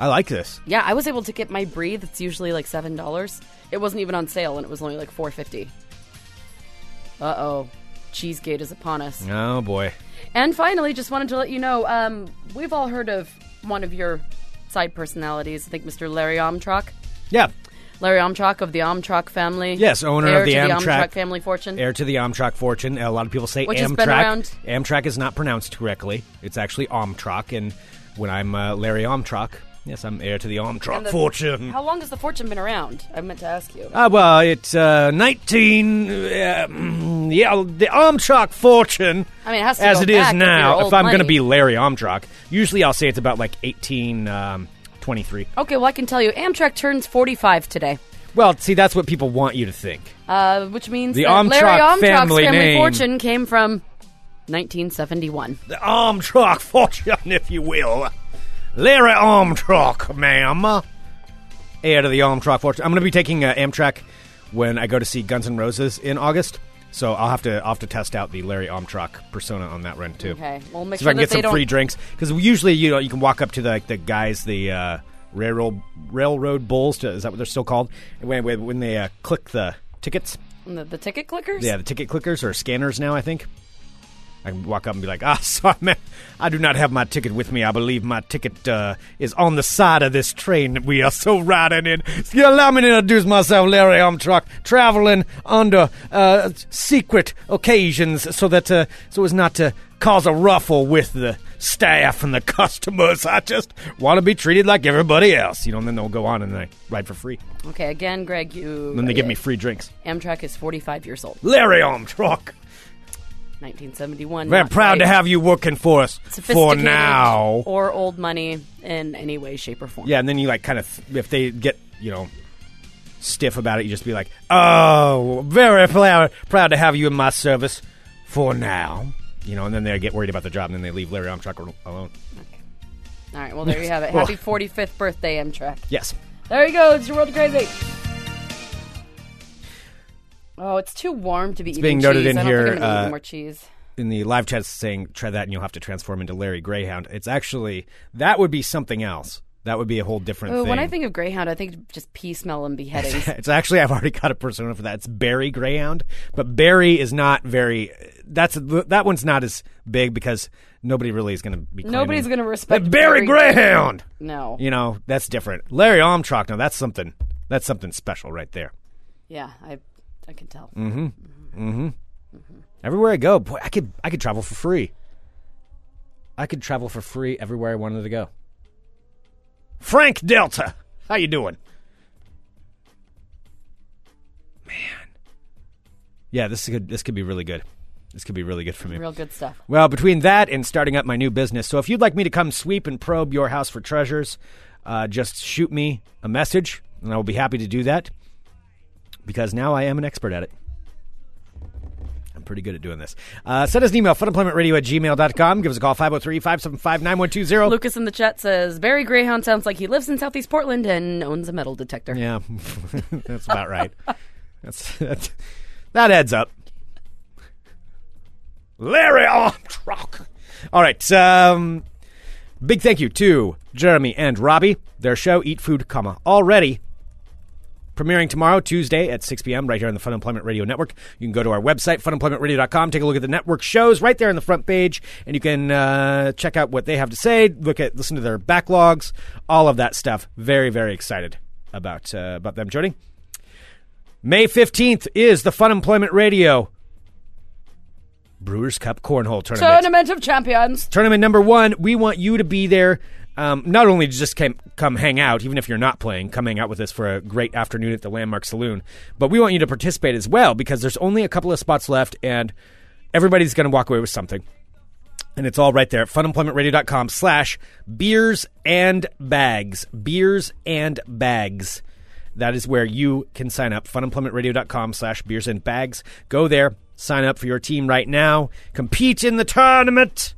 Speaker 6: I like this.
Speaker 7: Yeah, I was able to get my brie that's usually like seven dollars. It wasn't even on sale and it was only like four fifty. Uh oh, cheesegate is upon us.
Speaker 6: Oh boy,
Speaker 7: And finally, just wanted to let you know um, we've all heard of one of your side personalities. I think Mr. Larry Omtrock.
Speaker 6: yeah.
Speaker 7: Larry Omtrock of the Omtrock family.
Speaker 6: Yes, owner
Speaker 7: Heir
Speaker 6: of the
Speaker 7: to
Speaker 6: Amtrak-
Speaker 7: family fortune.
Speaker 6: Heir to the Amtrak fortune. A lot of people say
Speaker 7: Which
Speaker 6: Amtrak.
Speaker 7: has been around-
Speaker 6: Amtrak is not pronounced correctly. It's actually Omtrak, and when I'm uh, Larry Omtrak, yes, I'm heir to the Omtrak
Speaker 7: And the-
Speaker 6: fortune.
Speaker 7: How long has the fortune been around? I meant to ask you.
Speaker 6: Ah, well, it's uh, 19. Uh, mm, yeah, the Armtrock fortune.
Speaker 7: I mean, it has to
Speaker 6: As
Speaker 7: go
Speaker 6: it is
Speaker 7: back if
Speaker 6: now,
Speaker 7: you're
Speaker 6: if,
Speaker 7: old
Speaker 6: I'm going to
Speaker 7: money.
Speaker 6: be Larry Armtrock, usually I'll say it's about like 18, um, 23.
Speaker 7: Okay, well, I can tell you Amtrak turns 45 today,
Speaker 6: Well, see, that's what people want you to think.
Speaker 7: uh, which means
Speaker 6: The
Speaker 7: that
Speaker 6: Amtrak
Speaker 7: Larry Omtrock's
Speaker 6: family
Speaker 7: family,
Speaker 6: name.
Speaker 7: fortune came from 1971.
Speaker 6: The Armtrock fortune, if you will. Larry Armtrock, ma'am. Heir to the Armtrock fortune. I'm going to be taking uh, Amtrak when I go to see Guns N' Roses in August. So I'll have to I'll have to test out the Larry Armtrock persona on that run too.
Speaker 7: Okay, well, make
Speaker 6: See if
Speaker 7: sure
Speaker 6: I can
Speaker 7: that
Speaker 6: get
Speaker 7: they
Speaker 6: some
Speaker 7: don't.
Speaker 6: free drinks because usually you know you can walk up to the like, the guys the uh, railroad railroad bulls to, is that what they're still called when when, when they uh, click the tickets
Speaker 7: the, the ticket clickers.
Speaker 6: yeah the ticket clickers or scanners now I think I can walk up and be like, ah, sorry, man, I do not have my ticket with me. I believe my ticket uh, is on the side of this train that we are so riding in. Allow me to introduce myself, Larry Armstrong, traveling under uh, secret occasions so that uh, so as not to cause a ruffle with the staff and the customers. I just want to be treated like everybody else, you know. And then they'll go on and they ride for free.
Speaker 7: Okay, again, Greg, you.
Speaker 6: And then they give me free drinks.
Speaker 7: Amtrak is 45 years old,
Speaker 6: Larry Armstrong.
Speaker 7: 1971.
Speaker 6: We're
Speaker 7: not
Speaker 6: proud to
Speaker 7: quite
Speaker 6: have you working for us for
Speaker 7: sophisticated
Speaker 6: now.
Speaker 7: or old money in any way, shape, or form.
Speaker 6: Yeah, and then you like kind of if they get you know stiff about it, you just be like, "Oh, very proud proud to have you in my service for now." You know, and then they get worried about the job, and then they leave Larry Armstrong alone.
Speaker 7: All right. Well, there you have it. Happy 45th birthday, Amtrak.
Speaker 6: Yes,
Speaker 7: There you go. It's your world of crazy. Oh, it's too warm to be eating
Speaker 6: being noted
Speaker 7: cheese.
Speaker 6: in
Speaker 7: I don't
Speaker 6: here,
Speaker 7: Think I'm gonna eat
Speaker 6: uh,
Speaker 7: more cheese.
Speaker 6: in the live chat saying, "Try that, and you'll have to transform into Larry Greyhound." It's actually that would be something else. That would be a whole different
Speaker 7: Oh,
Speaker 6: thing.
Speaker 7: when I think of Greyhound, I think just pee smell and beheadings.
Speaker 6: it's actually I've already got a persona for that. It's Barry Greyhound, but Barry is not very. That's that one's not as big because nobody really is going to be. claiming-
Speaker 7: Nobody's gonna respect
Speaker 6: But Barry,
Speaker 7: Barry
Speaker 6: Greyhound.
Speaker 7: no.
Speaker 6: You know that's different. Larry Armstrong. Now that's something. That's something special right there.
Speaker 7: Yeah, I, I can tell.
Speaker 6: Mm. Everywhere I go, boy, I could I could travel for free. I could travel for free everywhere I wanted to go. Frank Delta, how you doing? Man, yeah, this could this could be really good. This could be really good for me.
Speaker 7: Real good stuff.
Speaker 6: Well, between that and starting up my new business, so if you'd like me to come sweep and probe your house for treasures, uh, just shoot me a message, and I will be happy to do that. Because now I am an expert at it. I'm pretty good at doing this. Uh, send us an email, funemploymentradio at gmail.com. Give us a call, 503 575 9120.
Speaker 7: Lucas in the chat says Barry Greyhound sounds like he lives in Southeast Portland and owns a metal detector.
Speaker 6: Yeah, that's about right. That's, that's that adds up. Larry Armstrong. All right. Um, big thank you to Jeremy and Robbie. Their show, Eat Food, comma already. Premiering tomorrow, Tuesday at 6 p.m., right here on the Fun Employment Radio Network. You can go to our website, funemploymentradio.com, take a look at the network shows right there on the front page, and you can uh, check out what they have to say, look at, listen to their backlogs, all of that stuff. Very, very excited about uh, about them, Jody. May 15th is the Fun Employment Radio Brewers Cup Cornhole Tournament
Speaker 7: Tournament of Champions.
Speaker 6: tournament number one. We want you to be there. Um, not only to just came, come hang out, even if you're not playing, come hang out with us for a great afternoon at the Landmark Saloon, but we want you to participate as well because there's only a couple of spots left and everybody's going to walk away with something. And it's all right there at funemploymentradio.com slash beers and bags. Beers and bags. That is where you can sign up. Funemploymentradio.com slash beers and bags. Go there, sign up for your team right now, compete in the tournament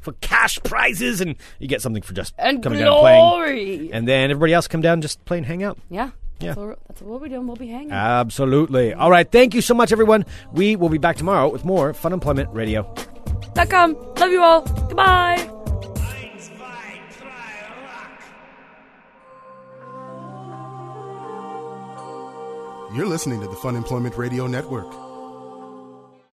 Speaker 6: for cash prizes, and you get something for just
Speaker 7: And
Speaker 6: coming down and
Speaker 7: glory.
Speaker 6: playing. And then everybody else come down and just play and hang out.
Speaker 7: Yeah.
Speaker 6: Yeah.
Speaker 7: That's, what, we're- that's what we're doing. We'll be hanging.
Speaker 6: Absolutely. All right. Thank you so much, everyone. We will be back tomorrow with more Fun Employment Radio.
Speaker 7: Dot com. Love you all. Goodbye.
Speaker 1: You're listening to the Fun Employment Radio Network.